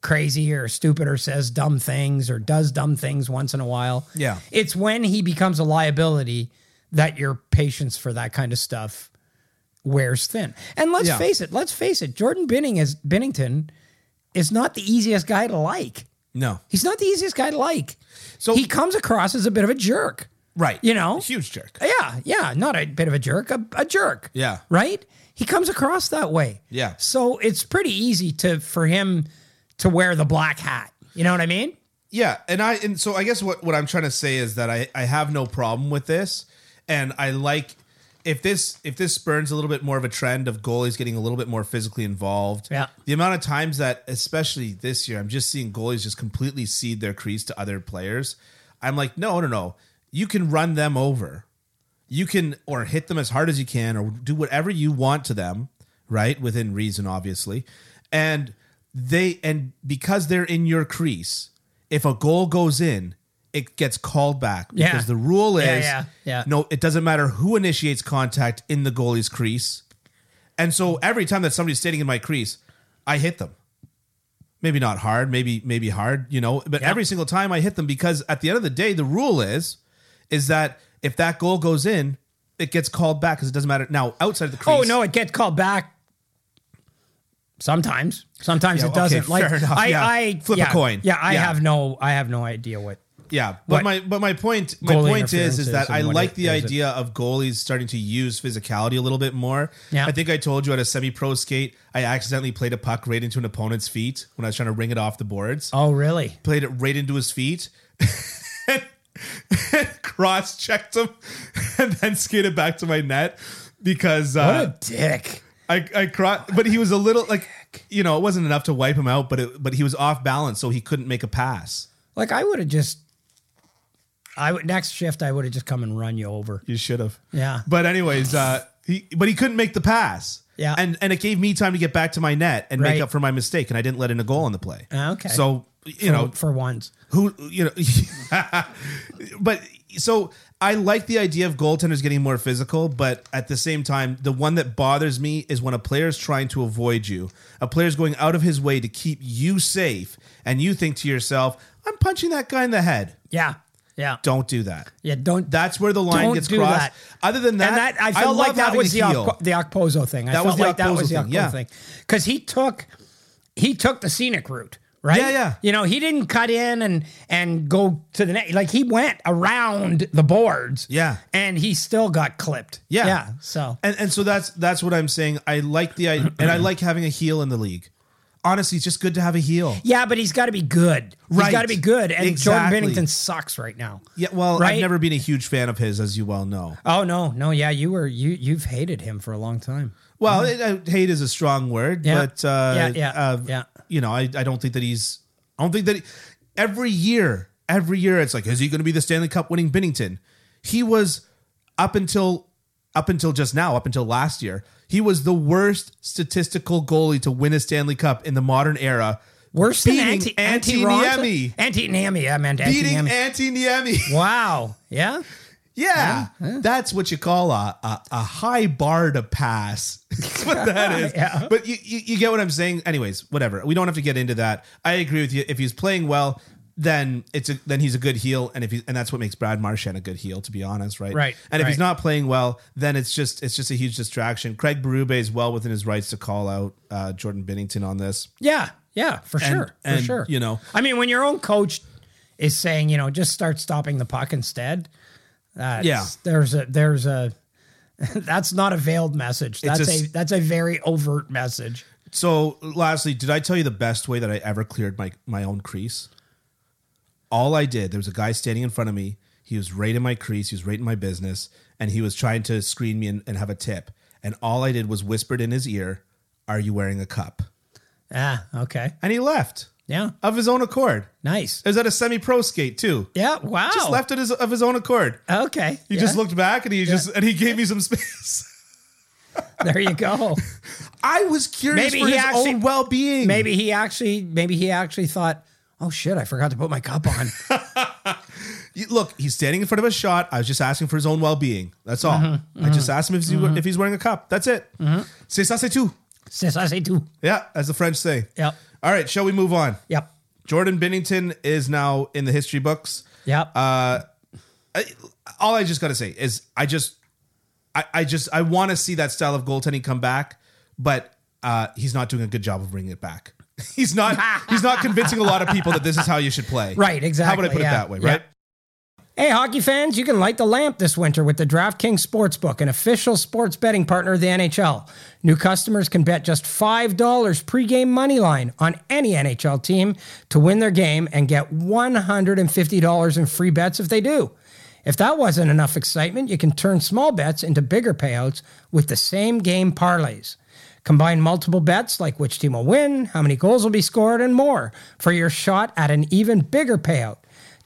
A: crazy or stupid or says dumb things or does dumb things once in a while.
B: Yeah.
A: It's when he becomes a liability that your patience for that kind of stuff wears thin. And let's
B: Yeah.
A: face it, let's face it, Jordan Binning is Bennington is not the easiest guy to like.
B: No.
A: He's not the easiest guy to like.
B: So-
A: So he comes across as a bit of a jerk.
B: Right.
A: You know?
B: Huge jerk.
A: Yeah, yeah, not a bit of a jerk, a, a jerk.
B: Yeah.
A: Right? He comes across that way.
B: Yeah.
A: So it's pretty easy to for him to wear the black hat. You know what I mean?
B: Yeah, and I and so I guess what what I'm trying to say is that I I have no problem with this, and I like if this if this spurns a little bit more of a trend of goalies getting a little bit more physically involved.
A: Yeah.
B: the amount of times that especially this year I'm just seeing goalies just completely cede their crease to other players. I'm like, no, no, no, you can run them over, you can or hit them as hard as you can or do whatever you want to them, right within reason, obviously, and they and because they're in your crease if a goal goes in, it gets called back
A: Yeah.
B: because the rule is
A: Yeah, yeah, yeah.
B: no, it doesn't matter who initiates contact in the goalie's crease. And so every time that somebody's standing in my crease, I hit them. Maybe not hard, maybe maybe hard, you know, but
A: Yeah.
B: every single time I hit them because at the end of the day the rule is is that if that goal goes in, it gets called back cuz it doesn't matter. Now, outside of the crease
A: Oh no, it gets called back. Sometimes, sometimes
B: Yeah,
A: it
B: okay,
A: doesn't. like
B: fair enough,
A: I,
B: yeah.
A: I
B: Flip a
A: yeah,
B: coin.
A: Yeah, I
B: Yeah.
A: have no, I have no idea what.
B: Yeah, but
A: But-
B: my but my point my
A: Goalie
B: point is is
A: interferences
B: that I
A: and what
B: like
A: it-
B: the
A: is it-
B: idea of goalies starting to use physicality a little bit more.
A: Yeah.
B: I think I told you at a semi-pro skate, I accidentally played a puck right into an opponent's feet when I was trying to ring it off the boards.
A: Oh really?
B: Played it right into his feet. cross-checked him and then skated back to my net because
A: What
B: uh,
A: a dick.
B: I, I cross, but he was a little like you know it wasn't enough to wipe him out, but it, but he was off balance, so he couldn't make a pass.
A: Like I would have just, I would next shift I would have just come and run you over.
B: You should have.
A: Yeah.
B: But anyways, uh, he but he couldn't make the pass.
A: Yeah.
B: And and it gave me time to get back to my net and make
A: Right. Ah,
B: up for my mistake, and I didn't let in a goal on the play.
A: Okay.
B: So you know
A: for once.
B: who you know, but so I like the idea of goaltenders getting more physical, but at the same time, the one that bothers me is when a player's trying to avoid you, a player's going out of his way to keep you safe, and you think to yourself, "I'm punching that guy in the head."
A: Yeah. Yeah.
B: Don't do that.
A: Yeah. Don't.
B: That's where the line
A: Don't
B: gets
A: do
B: crossed.
A: that.
B: Other than that,
A: and that I felt like
B: love
A: that
B: having
A: was
B: a
A: the
B: heel.
A: Oc- the Ocposo thing. I
B: That
A: felt
B: was the
A: like that
B: Ocposo
A: was the
B: thing,
A: Ocposo
B: yeah.
A: thing because he took he took the scenic route, right?
B: Yeah, yeah.
A: You know, he didn't cut in and and go to the net. Like he went around the boards.
B: Yeah.
A: and he still got clipped.
B: Yeah.
A: yeah. So
B: and and so that's that's what I'm saying. I like the I- and I like having a heel in the league. Honestly, it's just good to have a heel.
A: yeah, but he's got to be good.
B: Right.
A: He's got to be good. And Jordan
B: Exactly.
A: Bennington sucks right now.
B: Yeah, well, I've
A: Right?
B: never been a huge fan of his, as you well know.
A: Oh no, no, yeah, you were you you've hated him for a long time.
B: Well, it, uh, hate is a strong word,
A: Mm-hmm. Yeah.
B: but uh,
A: Yeah, yeah,
B: uh,
A: yeah.
B: you know, I, I don't think that he's. I don't think that he, every year, every year it's like, is he going to be the Stanley Cup winning Binnington? He was up until up until just now, up until last year, he was the worst statistical goalie to win a Stanley Cup in the modern era.
A: Worse than
B: beating
A: anti anti
B: Niemi.
A: Anti Niemi, I meant anti
B: Beating
A: Niemi.
B: Antti Niemi.
A: Wow. Yeah.
B: Yeah, that's what you call a, a, a high bar to pass. That's what that is.
A: Yeah.
B: But you, you, you get what I'm saying. Anyways, whatever. We don't have to get into that. I agree with you. If he's playing well, then it's a, then he's a good heel, and if he, and that's what makes Brad Marchand a good heel, to be honest, right?
A: Right,
B: And if he's
A: right.
B: not playing well, then it's just it's just a huge distraction. Craig Berube is well within his rights to call out uh, Jordan Binnington on this.
A: Yeah. Yeah. For sure. For
B: and,
A: sure.
B: you know.
A: I mean, when your own coach is saying, you know, just start stopping the puck instead. That's,
B: Yeah.
A: There's a there's a that's not a veiled message. That's
B: a
A: a,
B: s-
A: that's a very overt message.
B: So, lastly, did I tell you the best way that I ever cleared my my own crease? All I did, there was a guy standing in front of me. He was right in my crease. He was right in my business, and he was trying to screen me and, and have a tip. And all I did was whispered in his ear, "Are you wearing a cup?"
A: Ah, okay.
B: And he left
A: Yeah.
B: of his own accord.
A: Nice.
B: It was at a semi-pro skate too.
A: Yeah. Wow.
B: Just left it as, of his own accord.
A: Okay.
B: He
A: yeah.
B: just looked back and he just and he gave me some space.
A: There you go.
B: I was curious
A: Maybe
B: for
A: he
B: his
A: actually-
B: own well-being.
A: maybe he actually maybe he actually thought, oh shit, I forgot to put my cup on.
B: You- look, he's standing in front of a shot. I was just asking for his own well being. That's all.
A: Mm-hmm,
B: I just asked him if, he, if he's wearing a cup. That's it. C'est ça, c'est tout.
A: Says I say too.
B: Yeah, as the French say.
A: Yep.
B: All right, shall we move on?
A: Yep.
B: Jordan Binnington is now in the history books.
A: Yep.
B: Uh, All I just got to say is I just, I, I just, I want to see that style of goaltending come back, but uh, he's not doing a good job of bringing it back. He's not. He's not convincing a lot of people that this is how you should play.
A: Right,
B: How would
A: exactly,
B: I put
A: yeah,
B: it that way?
A: yeah.
B: Right.
A: Hey, hockey fans, you can light the lamp this winter with the DraftKings Sportsbook, an official sports betting partner of the NHL. New customers can bet just $5 pregame money line on any NHL team to win their game and get $150 in free bets if they do. If that wasn't enough excitement, you can turn small bets into bigger payouts with the same game parlays. Combine multiple bets like which team will win, how many goals will be scored, and more for your shot at an even bigger payout.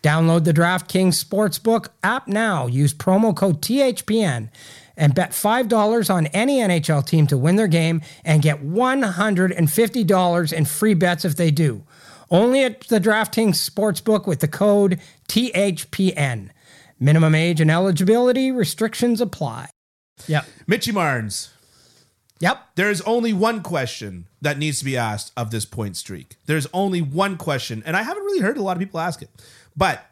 A: Download the DraftKings Sportsbook app now. Use promo code THPN and bet $5 on any NHL team to win their game and get $150 in free bets if they do. Only at the DraftKings Sportsbook with the code THPN. Minimum age and eligibility restrictions apply. Yep.
B: Mitchy Marnes.
A: Yep.
B: There is only one question that needs to be asked of this point streak. There's only one question, and I haven't really heard a lot of people ask it. But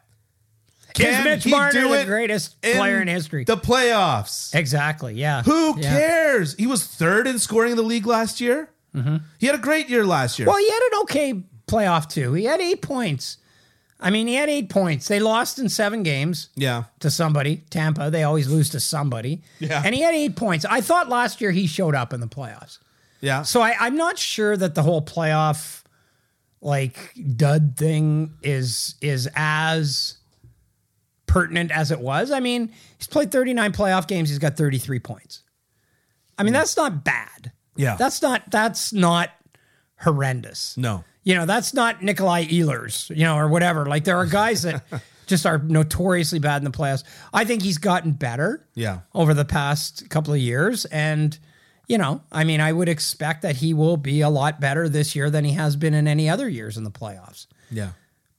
A: Is
B: can
A: Mitch
B: he
A: Marner
B: do
A: the
B: it
A: greatest player in history?
B: The playoffs.
A: Exactly. Yeah.
B: Who
A: Yeah.
B: cares? He was third in scoring in the league last year.
A: Mm-hmm.
B: He had a great year last year.
A: Well, he had an okay playoff too. He had eight points. I mean, he had eight points. They lost in seven games
B: yeah,
A: to somebody. Tampa. They always lose to somebody.
B: Yeah.
A: And he had eight points. I thought last year he showed up in the playoffs.
B: yeah.
A: So I, I'm not sure that the whole playoff like dud thing is is as pertinent as it was. I mean, he's played 39 playoff games, he's got 33 points. I mean, that's not bad.
B: Yeah.
A: That's not that's not horrendous.
B: no.
A: You know, that's not Nikolai Ehlers, you know, or whatever. Like there are guys that just are notoriously bad in the playoffs. I think he's gotten better
B: Yeah.
A: over the past couple of years. And, you know, I mean, I would expect that he will be a lot better this year than he has been in any other years in the playoffs.
B: Yeah.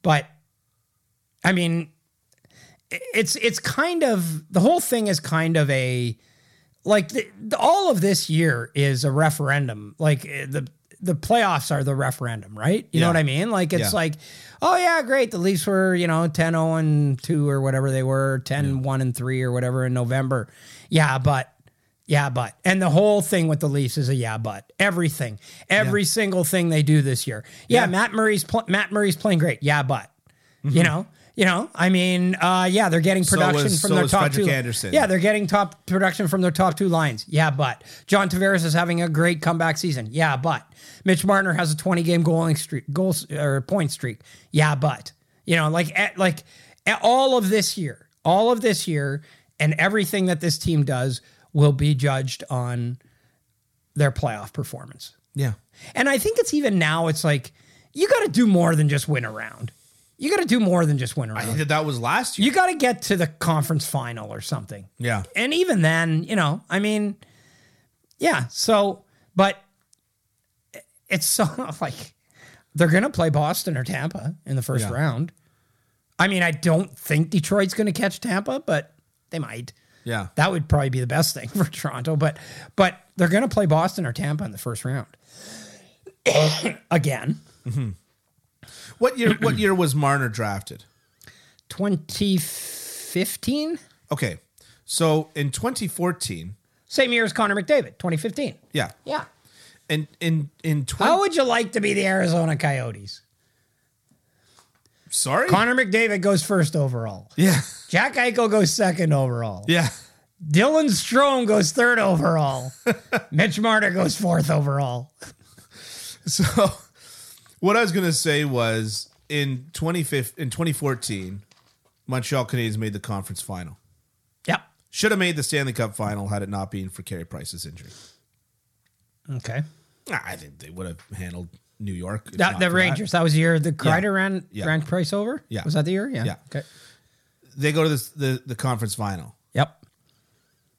A: But I mean, i- it's it's kind of the whole thing is kind of a like the, the- all of this year is a referendum. Like eh, the the playoffs are the referendum, right? You know
B: Yeah.
A: what I mean? Like it's
B: Yeah.
A: like, oh yeah, great. The Leafs were, you know, 10 0 and 2 or whatever they were, 10 1 and 3 or whatever in November. Yeah, but yeah, but. And the whole thing with the Leafs is a yeah, but. Everything. Every single thing they do this year. Yeah, Matt Murray's pl- Matt Murray's playing great. Yeah, but. You know? You know, I mean, uh, yeah, they're getting production
B: was-
A: from
B: Mm-hmm. so
A: their
B: was
A: top
B: Frederick
A: two.
B: Anderson.
A: Yeah, they're getting top production from their top two lines. Yeah, but John Tavares is having a great comeback season. Yeah, but Mitch Marner has a 20 game goaling streak, goals or point streak. Yeah, but you know, like at, like at all of this year, all of this year, and everything that this team does will be judged on their playoff performance.
B: Yeah.
A: And I think it's even now, it's like you got to do more than just win a round. You got to do more than just win a
B: I think
A: round.
B: that that was last year.
A: You got to get to the conference final or something.
B: yeah.
A: And even then, you know, I mean, yeah. So, but it's so like they're going to play Boston or Tampa in the first
B: Yeah.
A: round. I mean, I don't think Detroit's going to catch Tampa, but they might.
B: Yeah.
A: That would probably be the best thing for Toronto, but but they're going to play Boston or Tampa in the first round. Again,
B: What year what year was Marner drafted?
A: 2015,
B: Okay. So in 2014,
A: same year as Connor McDavid, 2015.
B: yeah.
A: Yeah.
B: And in in 20
A: How would you like to be the Arizona Coyotes?
B: Sorry?
A: Connor McDavid goes first overall.
B: yeah.
A: Jack Eichel goes second overall.
B: Yeah.
A: Dylan Strome goes third overall. Mitch Marner goes fourth overall.
B: So what I was going to say was in 2015 in 2014, Montreal Canadiens made the conference final.
A: Yep.
B: Should have made the Stanley Cup final had it not been for Carey Price's injury.
A: Okay.
B: Ah, I think they would have handled New York. if
A: That,
B: not
A: the
B: for
A: Rangers. That was the year the Kreider ran
B: Yeah.
A: ran Price over.
B: Yeah.
A: Was that the year? Yeah.
B: Yeah.
A: Okay.
B: They go to this, the the conference final.
A: Yep.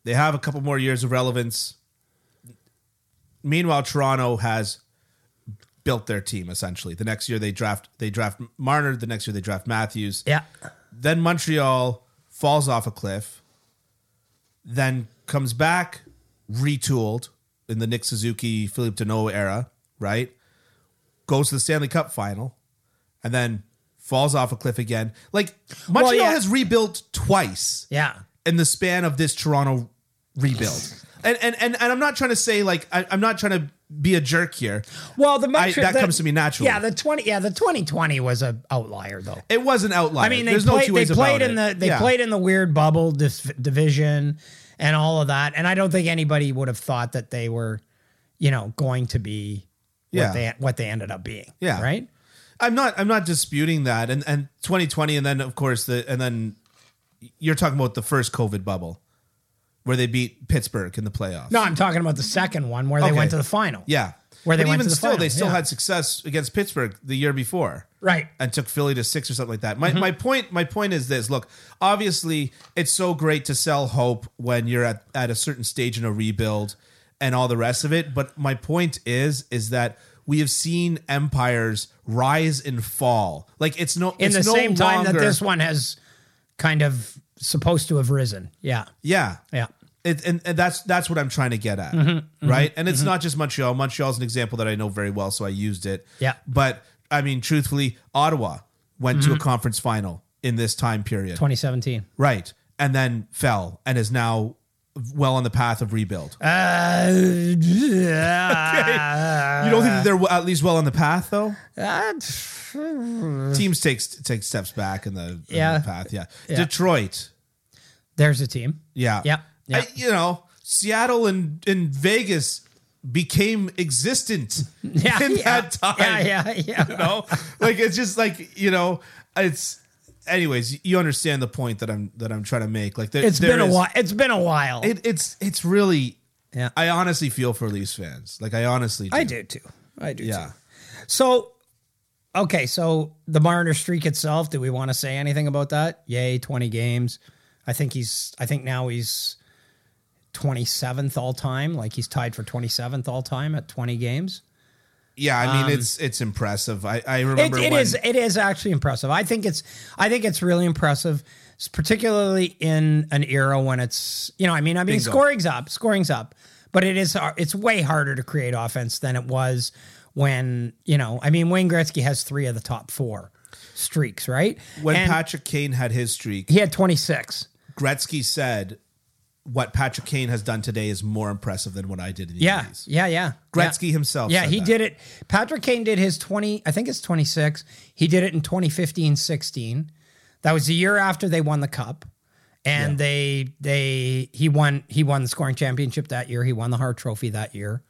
B: They have a couple more years of relevance. Meanwhile, Toronto has built their team essentially. The next year they draft they draft Marner. The next year they draft Matthews.
A: Yeah.
B: Then Montreal falls off a cliff. Then comes back retooled in the Nick Suzuki Philippe Deneau era. Right, goes to the Stanley Cup final, and then falls off a cliff again. Like Montreal
A: yeah.
B: has rebuilt twice
A: Yeah.
B: in the span of this Toronto rebuild. and, and and and I'm not trying to say like I, I'm not trying to be a jerk here.
A: Well, the
B: I-
A: Montreal
B: that comes to me naturally.
A: Yeah, the twenty. Yeah, the twenty twenty was a outlier though.
B: It was an outlier.
A: I mean, they
B: There's no
A: played.
B: two
A: they
B: ways
A: played
B: about
A: in
B: it.
A: the they
B: Yeah.
A: played in the weird bubble dis- division and all of that. And I don't think anybody would have thought that they were, you know, going to be
B: Yeah.
A: what they what they ended up being.
B: Yeah.
A: Right.
B: I'm not I'm not disputing that. And and 2020 and then of course the and then you're talking about the first COVID bubble where they beat Pittsburgh in the playoffs.
A: No, I'm talking about the second one where they
B: Okay.
A: went to the final.
B: Yeah.
A: Where they
B: but
A: went
B: even
A: to the
B: still they
A: finals,
B: still
A: yeah.
B: had success against Pittsburgh the year before.
A: Right.
B: and took Philly to six or something like that. My,
A: Mm-hmm.
B: my point my point is this: look, obviously, it's so great to sell hope when you're at, at a certain stage in a rebuild and all the rest of it. But my point is is that we have seen empires rise and fall. Like it's no
A: In
B: it's
A: the
B: no
A: same time that
B: longer-
A: this one has kind of supposed to have risen. Yeah.
B: yeah
A: Yeah. Mm-hmm,
B: It, and, and that's that's what I'm trying to get at, right? And it's not just Montreal. Montreal's an example that I know very well, so I used it.
A: Yeah.
B: But I mean, truthfully, Ottawa went
A: Mm-hmm.
B: to a conference final in this time period,
A: 2017.
B: right? And then fell and is now well on the path of rebuild.
A: Uh,
B: you don't think that they're w- at least well on the path though?
A: uh,
B: Teams takes take steps back in the, in the
A: Yeah.
B: path. Yeah.
A: Yeah.
B: Detroit.
A: there's a team.
B: Yeah.
A: Yeah, yeah.
B: I- you know, Seattle and, and Vegas became existent
A: Yeah,
B: in
A: yeah.
B: that time.
A: Yeah, yeah, yeah.
B: You know, like it's just like you know, it's. Anyways, you understand the point that I'm that I'm trying to make. Like there,
A: It's
B: there
A: been a
B: is-
A: while. It's been a while.
B: It, it's it's really.
A: Yeah.
B: I honestly feel for Leafs fans. Like I honestly. Do.
A: I do too. I do
B: Yeah.
A: too. So, okay, so the Mariner streak itself. Do we want to say anything about that? Yay, twenty games. I think he's. I think now he's twenty seventh all time. Like he's tied for twenty seventh all time at twenty games.
B: Yeah. I mean, it's it's impressive. I I
A: It,
B: remember
A: um, it
B: when,
A: is. It is actually impressive. I think it's. I think it's really impressive, s- particularly in an era when it's. You know, I mean, I mean,
B: Bingo.
A: scoring's up, scoring's up, but it is. har- It's way harder to create offense than it was when. You know, I mean, Wayne Gretzky has three of the top four streaks, right?
B: when
A: And
B: Patrick Kane had his streak.
A: he had twenty six.
B: Gretzky said, "What Patrick Kane has done today is more impressive than what I did in the
A: Yeah,
B: 80s."
A: yeah, yeah.
B: Gretzky
A: yeah.
B: himself
A: Yeah,
B: said
A: he
B: that.
A: did it. Patrick Kane did his 20, I think it's 26. He did it in 2015 16. That was the year after they won the cup. And they they he won he won the scoring championship that year. He won the Hart Trophy that year.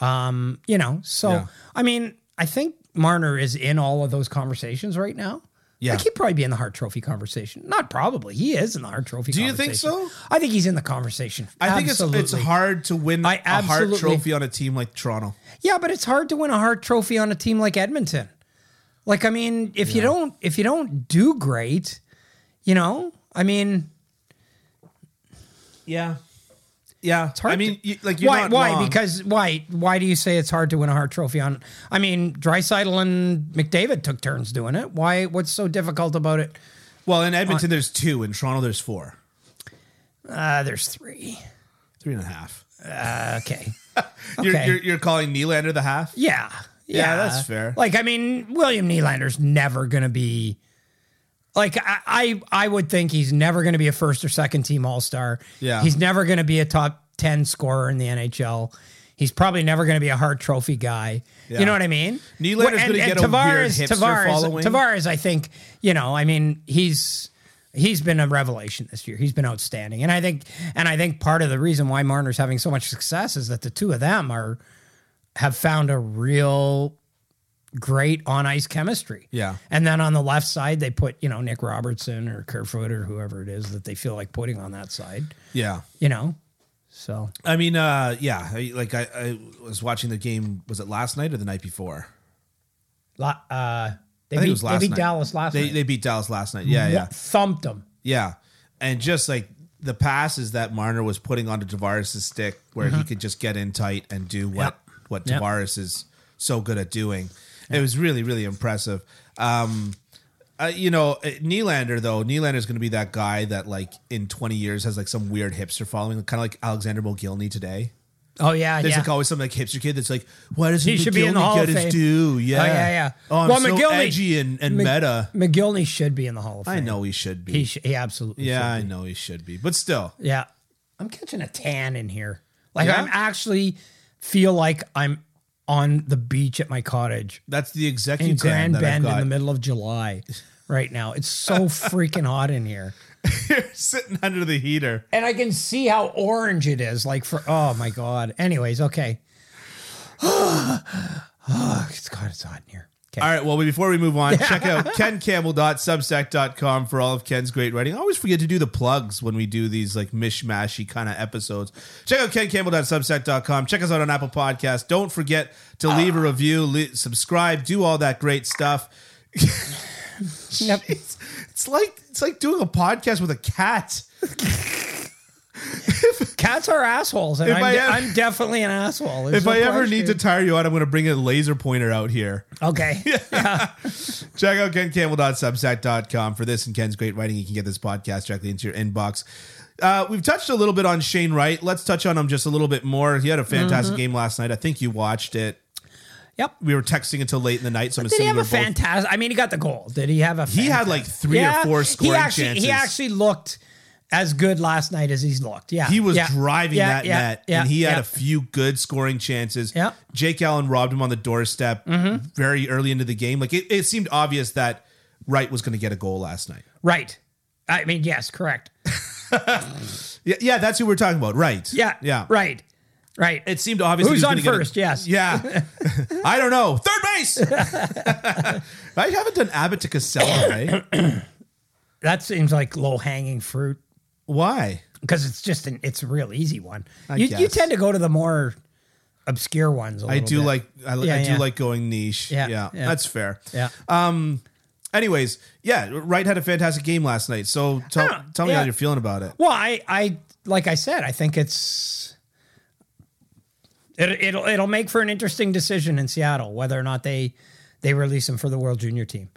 A: Um, you know, so
B: Yeah.
A: I mean, I think Marner is in all of those conversations right now.
B: Yeah.
A: Like he'd probably be in the Hart Trophy conversation. Not probably. He is in the Hart Trophy
B: Do you think
A: conversation.
B: so?
A: I think he's in the conversation.
B: I think it's it's
A: Absolutely.
B: hard to win
A: I
B: a Hart
A: absolutely-
B: Trophy on a team like Toronto.
A: Yeah, but it's hard to win a Hart Trophy on a team like Edmonton. Like, I mean, if you don't if you don't do great, you know, I mean,
B: Yeah. Yeah.
A: hard
B: I mean,
A: to-
B: you, like you're
A: why?
B: not
A: why?
B: wrong.
A: Because why? Why do you say it's hard to win a Hart Trophy on? I mean, Drysital and McDavid took turns doing it. Why? What's so difficult about it?
B: well, in Edmonton there's two, in Toronto there's four,
A: Uh, there's three.
B: three and a half.
A: Okay.
B: You're,
A: Okay.
B: you're you're calling Nylander the half?
A: Yeah.
B: Yeah, that's fair.
A: Like, I mean, William Nylander's never going to be. Like I, I, I would think he's never going to be a first or second team All Star.
B: Yeah.
A: he's never going to be a top ten scorer in the NHL. He's probably never going to be a Hart Trophy guy.
B: Yeah.
A: You know what I mean?
B: Nylander's
A: And-
B: gonna
A: and
B: get a weird hipster
A: Tavares,
B: following.
A: Tavares, I think you know. I mean, he's he's been a revelation this year. He's been outstanding, and I think and I think part of the reason why Marner's having so much success is that the two of them are have found a real great on ice chemistry.
B: Yeah.
A: And then on the left side, they put, you know, Nick Robertson or Kerfoot or whoever it is that they feel like putting on that side,
B: Yeah.
A: you know? So
B: I mean, uh, yeah. I, like I, I was watching the game. Was it last night or the night before?
A: la- uh, they
B: I think
A: beat,
B: it was
A: they
B: last
A: beat
B: night.
A: Dallas last
B: They
A: night. Mhm.
B: they beat Dallas last night. Yeah,
A: Wa-
B: yeah,
A: Thumped them.
B: yeah. And just like the passes that Marner was putting onto Tavares' stick, where he could just get in tight and do what
A: Mm-hmm. Yep.
B: what
A: Yep.
B: Tavares is so good at doing. It was really really impressive. Um, uh, you know, uh, Nylander though, Nylander is going to be that guy that like in twenty years has like some weird hipster following, kind of like Alexander Mogilny today.
A: Oh, yeah.
B: There's
A: yeah.
B: like always some like hipster kid that's like, why doesn't
A: He should be in the
B: McGillney
A: Hall
B: get
A: of
B: his
A: Fame.
B: due? Yeah,
A: yeah, yeah.
B: Oh, I'm
A: Well,
B: so
A: McGillney-
B: edgy and, and
A: Mc-
B: meta.
A: McGillney should be in the Hall of Fame.
B: I know he should be.
A: He, sh- he absolutely
B: yeah,
A: should.
B: I know he should be, but still,
A: Yeah. I'm catching a tan in here. Like
B: Yeah?
A: I'm actually feel like I'm on the beach at my cottage
B: that's the
A: in
B: executive tan
A: Grand
B: that I've
A: Bend in
B: got.
A: the middle of July right now. It's so freaking hot in here.
B: You're sitting under the heater.
A: And I can see how orange it is. Like for oh my god. Anyways, okay. oh, it's God, it's hot in here. Okay.
B: All right. Well, before we move on, check out kencampbell.substack.com for all of Ken's great writing. I always forget to do the plugs when we do these like mishmashy kind of episodes. Check out kencampbell.substack.com. Check us out on Apple Podcasts. Don't forget to
A: Ah.
B: leave a review, le- subscribe, do all that great stuff.
A: Yep.
B: It's, it's like it's like doing a podcast with a cat.
A: Cats are assholes. And
B: If
A: I'm,
B: I
A: de-
B: ever-
A: I'm definitely an asshole. There's
B: If
A: no
B: I ever need to
A: question.
B: tire you out, I'm going to bring a laser pointer out here.
A: Okay.
B: Check out kencampbell.substack.com for this and Ken's great writing. You can get this podcast directly into your inbox. Uh, we've touched a little bit on Shane Wright. Let's touch on him just a little bit more. He had a fantastic game last night. I think you watched it.
A: Yep.
B: We were texting until late in the night, so I'm
A: Did he
B: assuming
A: have
B: we
A: a
B: were both.
A: fantastic? I mean, he got the goal. Did he have a?
B: He had
A: fantastic-
B: like three or four scoring
A: he actually,
B: chances.
A: He actually looked as good last night as he's looked. Yeah,
B: He was
A: yeah,
B: driving
A: yeah,
B: that
A: yeah,
B: net,
A: yeah,
B: and he had
A: yeah.
B: a few good scoring chances.
A: Yeah. Mm-hmm.
B: Jake Allen robbed him on the doorstep very early into the game. Like it, it seemed obvious that Wright was going to get a goal last night.
A: right. I mean, yes, correct.
B: Yeah, yeah, that's who we're talking about. Right.
A: Yeah,
B: yeah,
A: right, right.
B: It seemed obvious.
A: Who's
B: that
A: on
B: he was gonna
A: first? Yes.
B: Get a, yeah. I don't know. Third base. I haven't done Abbott to Casella, right?
A: that seems like low hanging fruit
B: Why?
A: because it's just an it's a real easy one.
B: I
A: you you
B: guess.
A: tend to go to the more obscure ones. I
B: I do like I, li-
A: Yeah,
B: I do
A: yeah.
B: like going niche. Yeah,
A: Yeah,
B: yeah,
A: yeah.
B: that's fair.
A: yeah.
B: Anyways, yeah, Wright had a fantastic game last night. So tell
A: Ah,
B: tell me how
A: yeah.
B: you're feeling about it.
A: Well, I, I like I said, I think it's it, it'll it'll make for an interesting decision in Seattle whether or not they they release him for the World Junior team.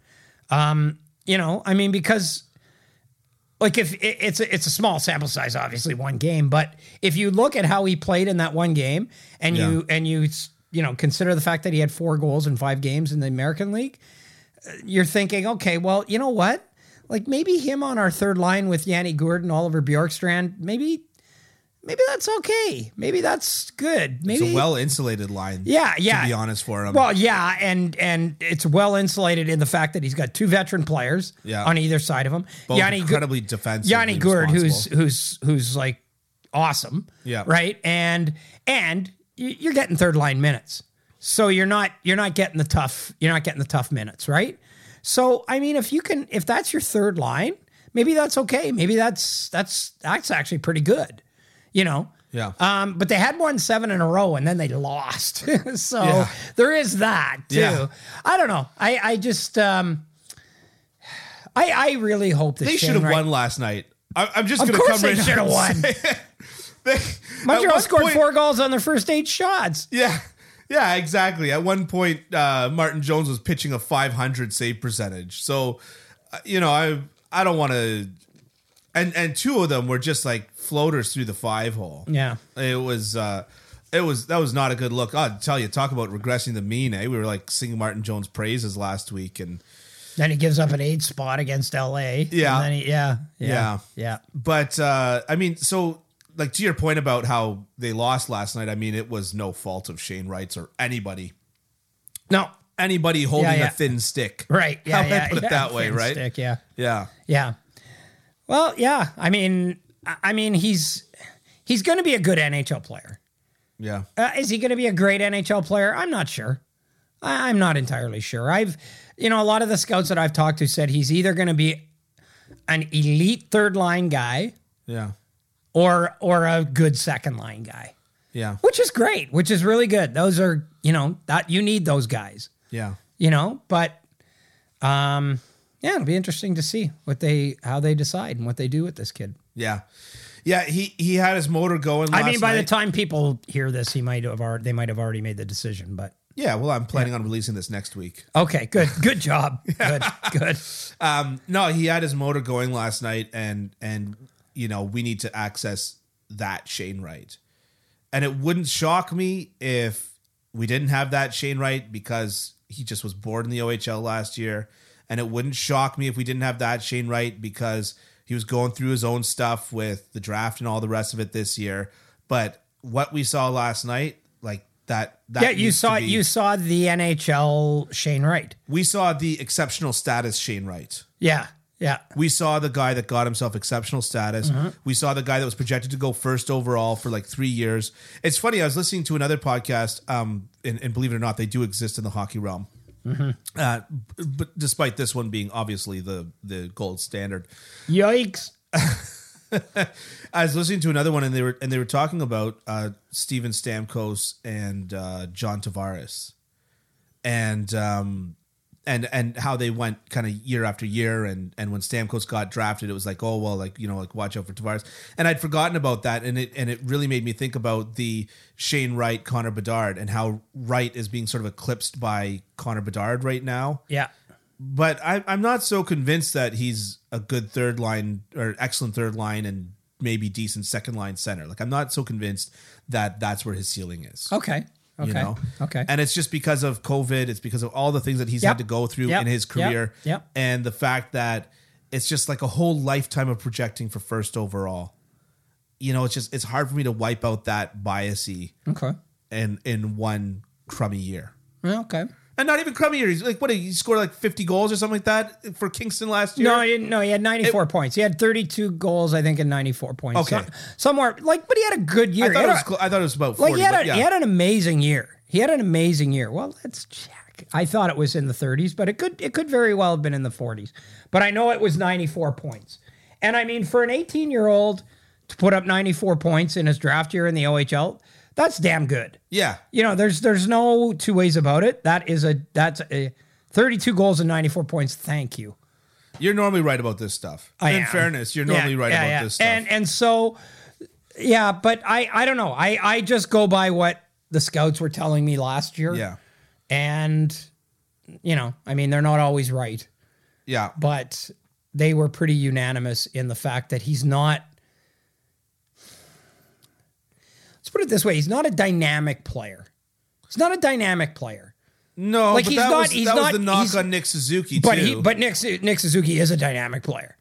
A: Um, you know, I mean, because like if it, it's a, it's a small sample size, obviously one game, but if you look at how he played in that one game, and you and you you know consider the fact that he had four goals in five games in the American League, you're thinking, okay, well, you know what? Like maybe him on our third line with Yanni Gordon, Oliver Bjorkstrand, maybe, maybe that's okay. Maybe that's good. Maybe
B: It's a well insulated line.
A: yeah, yeah.
B: To be honest for him.
A: Well, yeah, and and it's well insulated in the fact that he's got two veteran players
B: Yeah.
A: on either side of him.
B: Both
A: Gu-
B: incredibly defensive.
A: Yanni Gourd, who's who's who's like awesome.
B: Yeah.
A: Right. And and y- you're getting third line minutes, so you're not you're not getting the tough you're not getting the tough minutes, right? So I mean, if you can, if that's your third line, maybe that's okay. Maybe that's that's that's actually pretty good, you know.
B: Yeah.
A: Um, but they had won seven in a row and then they lost. so
B: Yeah.
A: there is that too.
B: Yeah.
A: I don't know. I, I just um, I I really hope that
B: They should have won last night. I, I'm just
A: Of
B: going to
A: course
B: come right
A: they should have
B: now
A: won.
B: and say it. They- at
A: Montreal
B: one
A: scored
B: point-
A: four goals on their first eight shots.
B: Yeah. Yeah, exactly. At one point, uh, Martin Jones was pitching a 500 save percentage. So, uh, you know, I I don't want to. And and two of them were just like floaters through the five hole.
A: Yeah.
B: It was uh it was that was not a good look. I'll tell you, talk about regressing the mean, eh? We were like singing Martin Jones praises last week and
A: Then he gives up an eight spot against LA.
B: Yeah.
A: And then he, yeah,
B: Yeah.
A: yeah. Yeah.
B: but uh I mean, so like to your point about how they lost last night, I mean it was no fault of Shane Wrights or anybody.
A: No.
B: Anybody holding
A: yeah.
B: a thin stick.
A: Right. Yeah.
B: How about
A: yeah,
B: put it
A: yeah.
B: that way,
A: Thin
B: right?
A: Stick, yeah.
B: Yeah.
A: Yeah. Well, yeah. I mean, I I mean, he's he's going to be a good NHL player.
B: Yeah.
A: Uh, is he going to be a great NHL player? I'm not sure. I, I'm not entirely sure. I've, you know, a lot of the scouts that I've talked to said he's either going to be an elite third line guy
B: Yeah.
A: or or a good second line guy,
B: Yeah.
A: which is great, which is really good. Those are, you know, that you need those guys,
B: Yeah.
A: you know. But, um, yeah, it'll be interesting to see what they how they decide and what they do with this kid.
B: Yeah. Yeah. He he had his motor going. Last
A: I mean, by
B: night.
A: the time people hear this, he might have already, they might have already made the decision. But
B: Yeah. Well, I'm planning on releasing this next week.
A: okay, good, good job, good, good.
B: Um, no, he had his motor going last night, and and you know we need to access that Shane Wright, and it wouldn't shock me if we didn't have that Shane Wright because he just was bored in the OHL last year, and it wouldn't shock me if we didn't have that Shane Wright because he was going through his own stuff with the draft and all the rest of it this year. But what we saw last night, like that, that
A: Yeah, you
B: needs to
A: saw
B: be-
A: you saw the NHL Shane Wright.
B: we saw the exceptional status Shane Wright.
A: Yeah, yeah,
B: We saw the guy that got himself exceptional status. We saw the guy that was projected to go first overall for like three years. It's funny. I was listening to another podcast, um, and, and believe it or not, they do exist in the hockey realm. Uh, b- but despite this one being obviously the the gold standard,
A: yikes.
B: I was listening to another one, and they were and they were talking about uh, Steven Stamkos and uh, John Tavares, and um, and and how they went kind of year after year, and and when Stamkos got drafted, it was like, oh well, like you know, like watch out for Tavares, and I'd forgotten about that, and it and it really made me think about the Shane Wright, Connor Bedard, and how Wright is being sort of eclipsed by Connor Bedard right now
A: Yeah,
B: but I, I'm not so convinced that he's a good third line or excellent third line and maybe decent second line center. Like I'm not so convinced that that's where his ceiling is.
A: okay, Oh, okay,
B: You know,
A: okay.
B: and it's just because of COVID. It's because of all the things that he's had
A: Yep.
B: to go through
A: Yep.
B: in his
A: Yep.
B: career,
A: Yep.
B: and the fact that it's just like a whole lifetime of projecting for first overall. You know, it's just it's hard for me to wipe out that biasy
A: okay,
B: in in one crummy year
A: Yeah, okay.
B: and not even crummy year. He's like, what? He scored like fifty goals or something like that for Kingston last year.
A: No, he didn't. No, he had 94 points. He had 32 goals, I think, and 94 points.
B: Okay.
A: So- somewhere like, but he had a good year.
B: I thought
A: He
B: it
A: had
B: was.
A: a-
B: Cl- I thought it was about
A: Like
B: forty.
A: he had,
B: but
A: a,
B: yeah.
A: he had an amazing year. He had an amazing year. Well, let's check. I thought it was in the 30s, but it could it could very well have been in the 40s. But I know it was 94 points. And I mean, for an 18 year old to put up 94 points in his draft year in the OHL, that's damn good.
B: yeah,
A: You know, there's there's no two ways about it. That is a that's a 32 goals and 94 points. Thank you.
B: you're normally right about this stuff.
A: I
B: in
A: am.
B: fairness, you're
A: Yeah,
B: normally right
A: yeah,
B: about
A: yeah.
B: this stuff.
A: And and so yeah, but I I don't know. I I just go by what the scouts were telling me last year.
B: yeah,
A: And you know, I mean, they're not always right,
B: yeah,
A: but they were pretty unanimous in the fact that he's not Let's put it this way, he's not a dynamic player. He's not a dynamic player.
B: no,
A: Like,
B: but
A: he's
B: that
A: not-
B: was
A: he's
B: that
A: not-
B: was the knock
A: he's-
B: on Nick Suzuki
A: But
B: too.
A: he but Nick Su- Nick Suzuki is a dynamic player.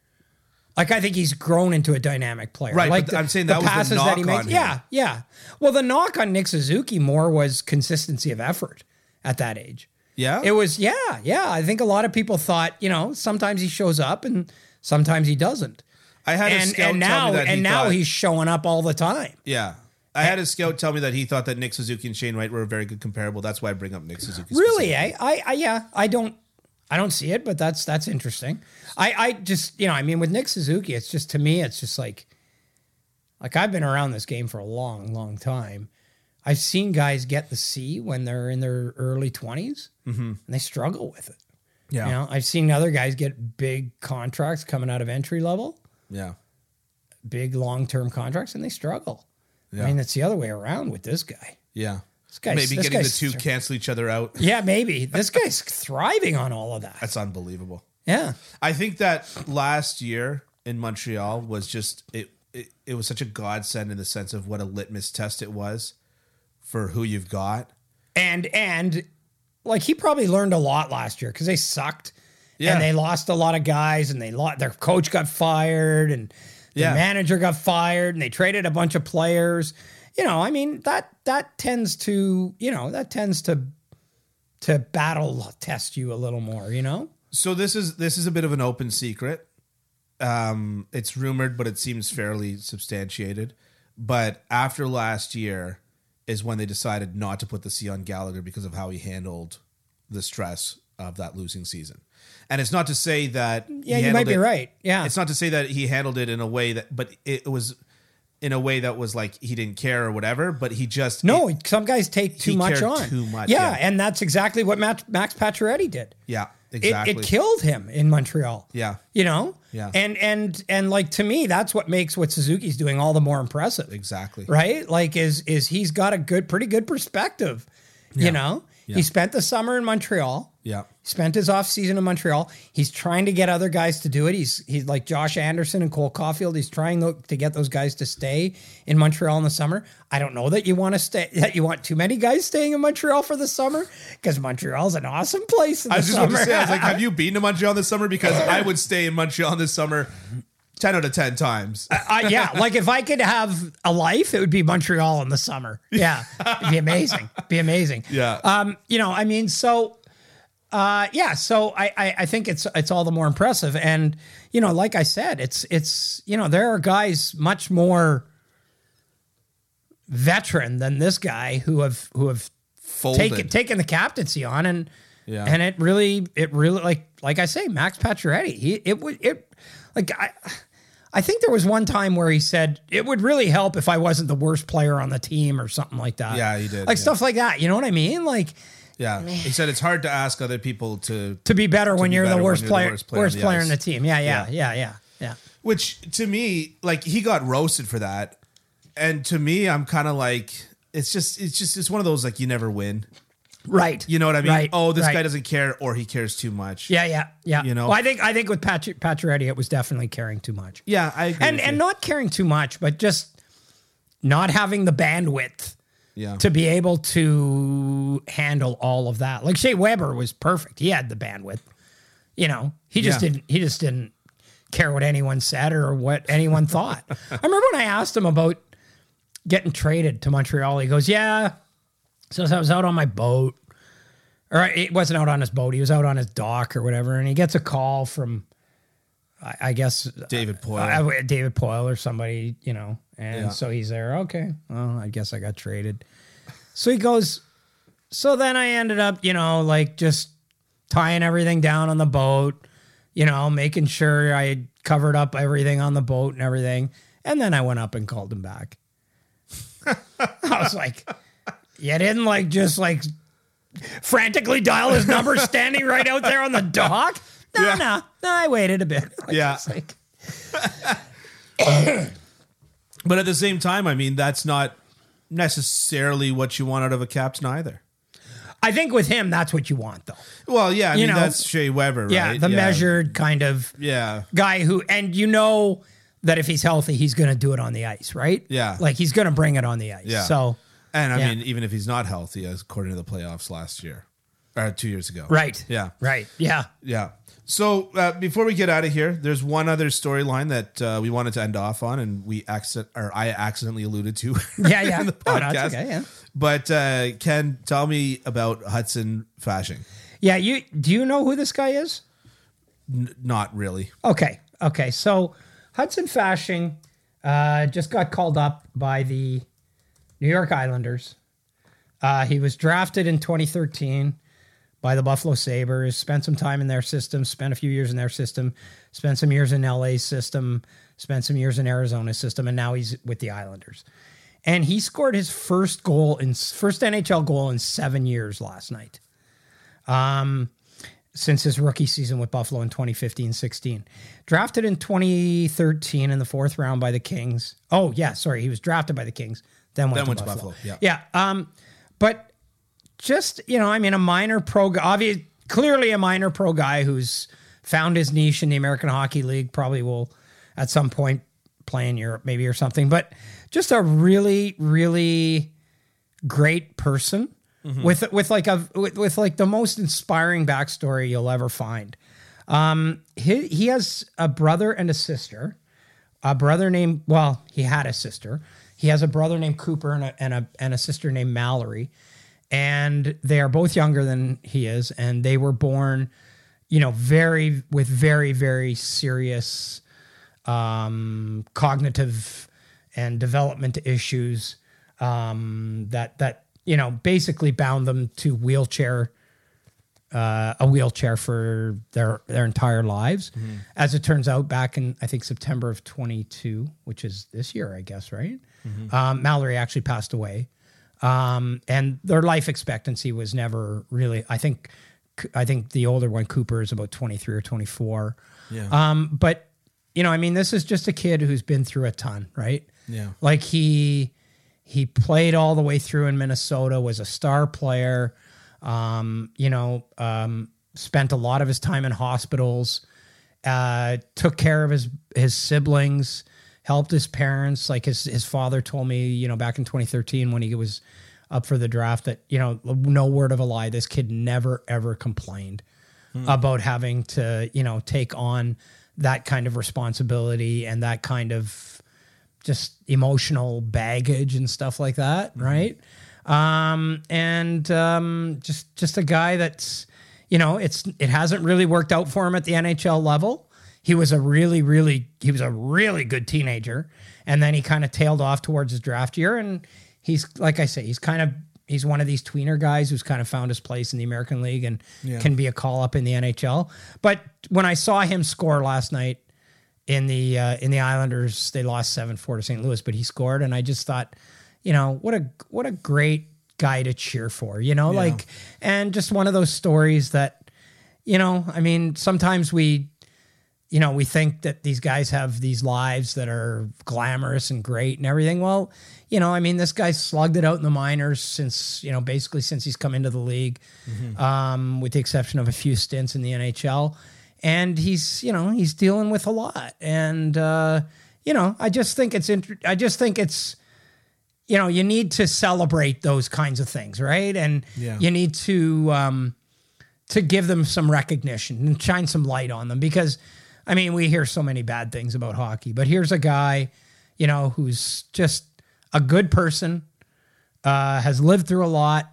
A: Like I think he's grown into a dynamic player.
B: Right,
A: Like
B: but I'm saying that was the knock on him.
A: Yeah, yeah. Well, the knock on Nick Suzuki more was consistency of effort at that age.
B: yeah,
A: It was yeah, yeah. I think a lot of people thought, you know, sometimes he shows up and sometimes he doesn't.
B: I had a
A: And
B: scout
A: and
B: tell
A: now
B: me that
A: and
B: he
A: now
B: thought,
A: he's showing up all the time.
B: yeah. I had a scout tell me that he thought that Nick Suzuki and Shane Wright were a very good comparable. That's why I bring up Nick Suzuki.
A: Really, eh? I, I yeah, I don't I don't see it, but that's that's interesting. I I just you know, I mean with Nick Suzuki, it's just to me, it's just like Like I've been around this game for a long, long time. I've seen guys get the C when they're in their early 20s and they struggle with it.
B: Mm-hmm. Yeah.
A: You know, I've seen other guys get big contracts coming out of entry level,
B: Yeah.
A: big long term contracts, and they struggle.
B: Yeah.
A: I mean, it's the other way around with this guy.
B: Yeah.
A: This guy's this
B: Maybe getting the
A: guy's
B: two
A: thr-
B: cancel each other out.
A: yeah, maybe this guy's thriving on all of that.
B: That's unbelievable.
A: Yeah,
B: I think that last year in Montreal was just it, it. It was such a godsend in the sense of what a litmus test it was for who you've got.
A: and and like he probably learned a lot last year because they sucked.
B: Yeah.
A: And they lost a lot of guys, and they lost, their coach got fired, and the
B: Yeah.
A: manager got fired, and they traded a bunch of players. You know, I mean that that tends to you know that tends to to battle test you a little more. You know,
B: So this is this is a bit of an open secret. Um, it's rumored, but it seems fairly substantiated. But after last year is when they decided not to put the C on Gallagher because of how he handled the stress of that losing season. And it's not to say that
A: yeah, you might be right. Yeah,
B: It's not to say that he handled it in a way that, but it was in a way that was like he didn't care or whatever. But he just
A: No, some guys take too
B: He
A: much
B: cared
A: on.
B: too much,
A: Yeah,
B: yeah.
A: and that's exactly what Max, Max Pacioretty did.
B: yeah,
A: It,
B: exactly.
A: it killed him in Montreal.
B: Yeah.
A: You know?
B: Yeah.
A: And and and like to me, that's what makes what Suzuki's doing all the more impressive.
B: exactly.
A: Right? Like is is he's got a good pretty good perspective. You know? He spent the summer in Montreal.
B: Yeah.
A: Spent his off season in Montreal. He's trying to get other guys to do it. He's he's like Josh Anderson and Cole Caulfield. He's trying tho- to get those guys to stay in Montreal in the summer. I don't know that you want to stay that you want too many guys staying in Montreal for the summer because Montreal's an awesome place. In
B: I
A: the
B: was just
A: summer.
B: about to say, I was like, have you been to Montreal this summer? Because I would stay in Montreal this summer 10 out of 10 times.
A: Uh, yeah, like if I could have a life, it would be Montreal in the summer. Yeah, it'd be amazing. Be amazing.
B: Yeah.
A: Um, you know, I mean, so, uh, yeah, so I, I I think it's it's all the more impressive, and you know, like I said, it's it's you know there are guys much more veteran than this guy who have who have
B: Folded.
A: taken taken the captaincy on and
B: Yeah.
A: and it really it really like like I say Max Pacioretty he it would it like I I think there was one time where he said it would really help if I wasn't the worst player on the team or something like that
B: Yeah, he did,
A: like
B: yeah.
A: stuff like that you know what I mean like
B: yeah. He said it's hard to ask other people to,
A: to be better when
B: be
A: you're
B: better
A: the
B: when
A: worst
B: you're the
A: player worst
B: worst
A: player,
B: player on the
A: in
B: ice.
A: the team yeah yeah yeah yeah yeah
B: which to me, like he got roasted for that. And to me, I'm kind of like, it's just, it's just, it's one of those like you never win.
A: right
B: You know what I mean?
A: Right,
B: oh, this
A: right.
B: guy doesn't care or he cares too much.
A: yeah yeah yeah
B: You know?
A: well, I think I think with Patch Pacioretty it was definitely caring too much
B: Yeah, I agree.
A: and
B: with
A: and
B: you.
A: not caring too much, but just not having the bandwidth
B: yeah.
A: to be able to handle all of that. Like Shea Weber was perfect; he had the bandwidth. You know, he just
B: Yeah.
A: didn't. He just didn't care what anyone said or what anyone thought. I remember when I asked him about getting traded to Montreal. He goes, "Yeah, so I was out on my boat, or it wasn't out on his boat. He was out on his dock or whatever, and he gets a call from." I- I guess
B: David Poyle.
A: I would- Uh, David Poyle or somebody, you know. And
B: Yeah.
A: so he's there. Okay, well, I guess I got traded. So he goes. So then I ended up, you know, like just tying everything down on the boat, you know, making sure I had covered up everything on the boat and everything. And then I went up and called him back. I was like, you didn't like just like frantically dial his number standing right out there on the dock? No,
B: Yeah.
A: no, no, I waited a bit. Like,
B: Yeah.
A: it's like-
B: But at the same time, I mean, that's not necessarily what you want out of a captain either.
A: I think with him, that's what you want, though.
B: Well, yeah, I
A: You
B: mean,
A: know,
B: that's Shea Weber, right?
A: Yeah, the measured kind of
B: Yeah.
A: guy who, and you know that if he's healthy, he's going to do it on the ice, right?
B: Yeah.
A: like he's going to bring it on the ice.
B: Yeah.
A: So
B: And I
A: Yeah.
B: mean, even if he's not healthy, as according to the playoffs last year or two years ago.
A: right,
B: Yeah.
A: right, yeah.
B: Yeah. So uh, before we get out of here, there's one other storyline that uh, we wanted to end off on, and we accident or I accidentally alluded to.
A: Yeah, yeah. Oh,
B: in the
A: No, no,
B: podcast.
A: it's okay, yeah.
B: But uh, Ken, tell me about Hudson Fashing.
A: Yeah, you do you know who this guy is?
B: N- not really.
A: Okay, okay. So Hudson Fashing uh, just got called up by the New York Islanders. Uh, he was drafted in 2013 by the Buffalo Sabres, spent some time in their system, spent a few years in their system, spent some years in LA's system, spent some years in Arizona's system, and now he's with the Islanders. And he scored his first goal in first NHL goal in seven years last night. Um, since his rookie season with Buffalo in 2015 16. Drafted in 2013 in the fourth round by the Kings. Oh, yeah, sorry. He was drafted by the Kings, then went,
B: Then
A: to,
B: went to
A: Buffalo.
B: Buffalo,
A: Yeah. Um, but just, you know, I mean, a minor pro guy, obvious, clearly a minor pro guy who's found his niche in the American Hockey League, probably will at some point play in Europe, maybe or something. But just a really, really great person with with like a with, with like the most inspiring backstory you'll ever find. Um, he he has a brother and a sister. A brother named well, he had a sister. He has a brother named Cooper and a and a and a sister named Mallory, and they are both younger than he is, and they were born, you know, very with very very serious um, cognitive and development issues um, that that you know basically bound them to wheelchair uh, a wheelchair for their their entire lives.
B: Mm-hmm.
A: As it turns out, back in I think September of 22, which is this year, I guess, right?
B: Mm-hmm.
A: Um, Mallory actually passed away, um, and their life expectancy was never really. I think I think the older one, Cooper, is about 23 or 24.
B: Yeah.
A: Um, but you know, I mean, this is just a kid who's been through a ton, right?
B: Yeah.
A: Like he he played all the way through in Minnesota, was a star player. Um, you know, um, spent a lot of his time in hospitals. Uh, took care of his his siblings, helped his parents. Like his his father told me, you know, back in 2013 when he was up for the draft, that you know, no word of a lie, this kid never ever complained about having to, you know, take on that kind of responsibility and that kind of just emotional baggage and stuff like that, right? Um, and um, just just a guy that's, you know, it's it hasn't really worked out for him at the NHL level. He was a really, really he was a really good teenager, and then he kind of tailed off towards his draft year. And he's like I say, he's kind of he's one of these tweener guys who's kind of found his place in the American League and can be a call up in the NHL. But when I saw him score last night, in the uh, in the Islanders. They lost seven four to St. Louis, but he scored, and I just thought, you know, what a what a great guy to cheer for, you know, like, and just one of those stories that, you know, I mean, sometimes we. You know, we think that these guys have these lives that are glamorous and great and everything. Well, you know, I mean, this guy slugged it out in the minors since, you know, basically since he's come into the league, um, with the exception of a few stints in the NHL and he's you know he's dealing with a lot and uh you know i just think it's inter- i just think it's you know you need to celebrate those kinds of things right and
B: Yeah.
A: you need to um to give them some recognition and shine some light on them because i mean we hear so many bad things about hockey but here's a guy you know who's just a good person uh, has lived through a lot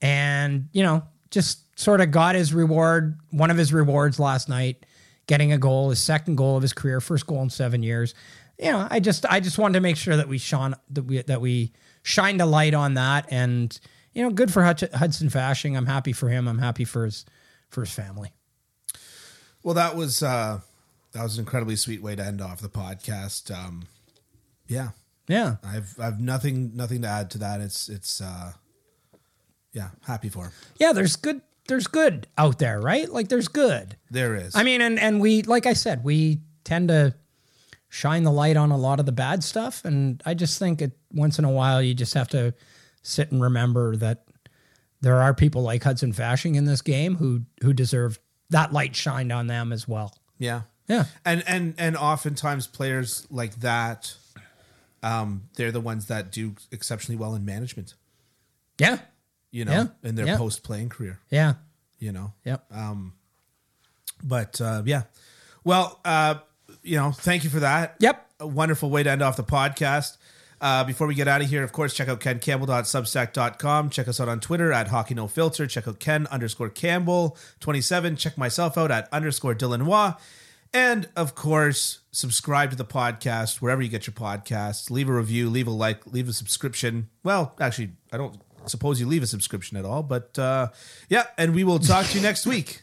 A: and, you know, just sort of got his reward, one of his rewards last night, getting a goal, his second goal of his career, first goal in seven years. You know, I just I just wanted to make sure that we shone that we that we shined a light on that and you know, good for Hutch, Hudson Fashing. I'm happy for him. I'm happy for his for his family.
B: Well, that was uh, that was an incredibly sweet way to end off the podcast. Um, yeah,
A: Yeah.
B: I've I've nothing nothing to add to that. It's it's uh, yeah, happy for him.
A: Yeah, there's good there's good out there, right? Like there's good.
B: There is.
A: I mean, and and we like I said, we tend to shine the light on a lot of the bad stuff, and I just think it once in a while you just have to sit and remember that there are people like Hudson Fashing in this game who who deserve that light shined on them as well.
B: yeah,
A: Yeah,
B: and and and oftentimes players like that, um, they're the ones that do exceptionally well in management.
A: yeah,
B: You know,
A: Yeah.
B: in their
A: Yeah.
B: post playing career.
A: yeah,
B: You know,
A: yep.
B: but uh, yeah, well, uh, you know, thank you for that.
A: Yep.
B: a wonderful way to end off the podcast. Uh, before we get out of here, of course, check out kencampbell.substack.com. Check us out on Twitter at hockey no filter. Check out Ken underscore Campbell 27. Check myself out at underscore Dylan Waugh. And of course, subscribe to the podcast wherever you get your podcasts. Leave a review, leave a like, leave a subscription. Well, actually, I don't suppose you leave a subscription at all. But uh, yeah, and we will talk to you next week.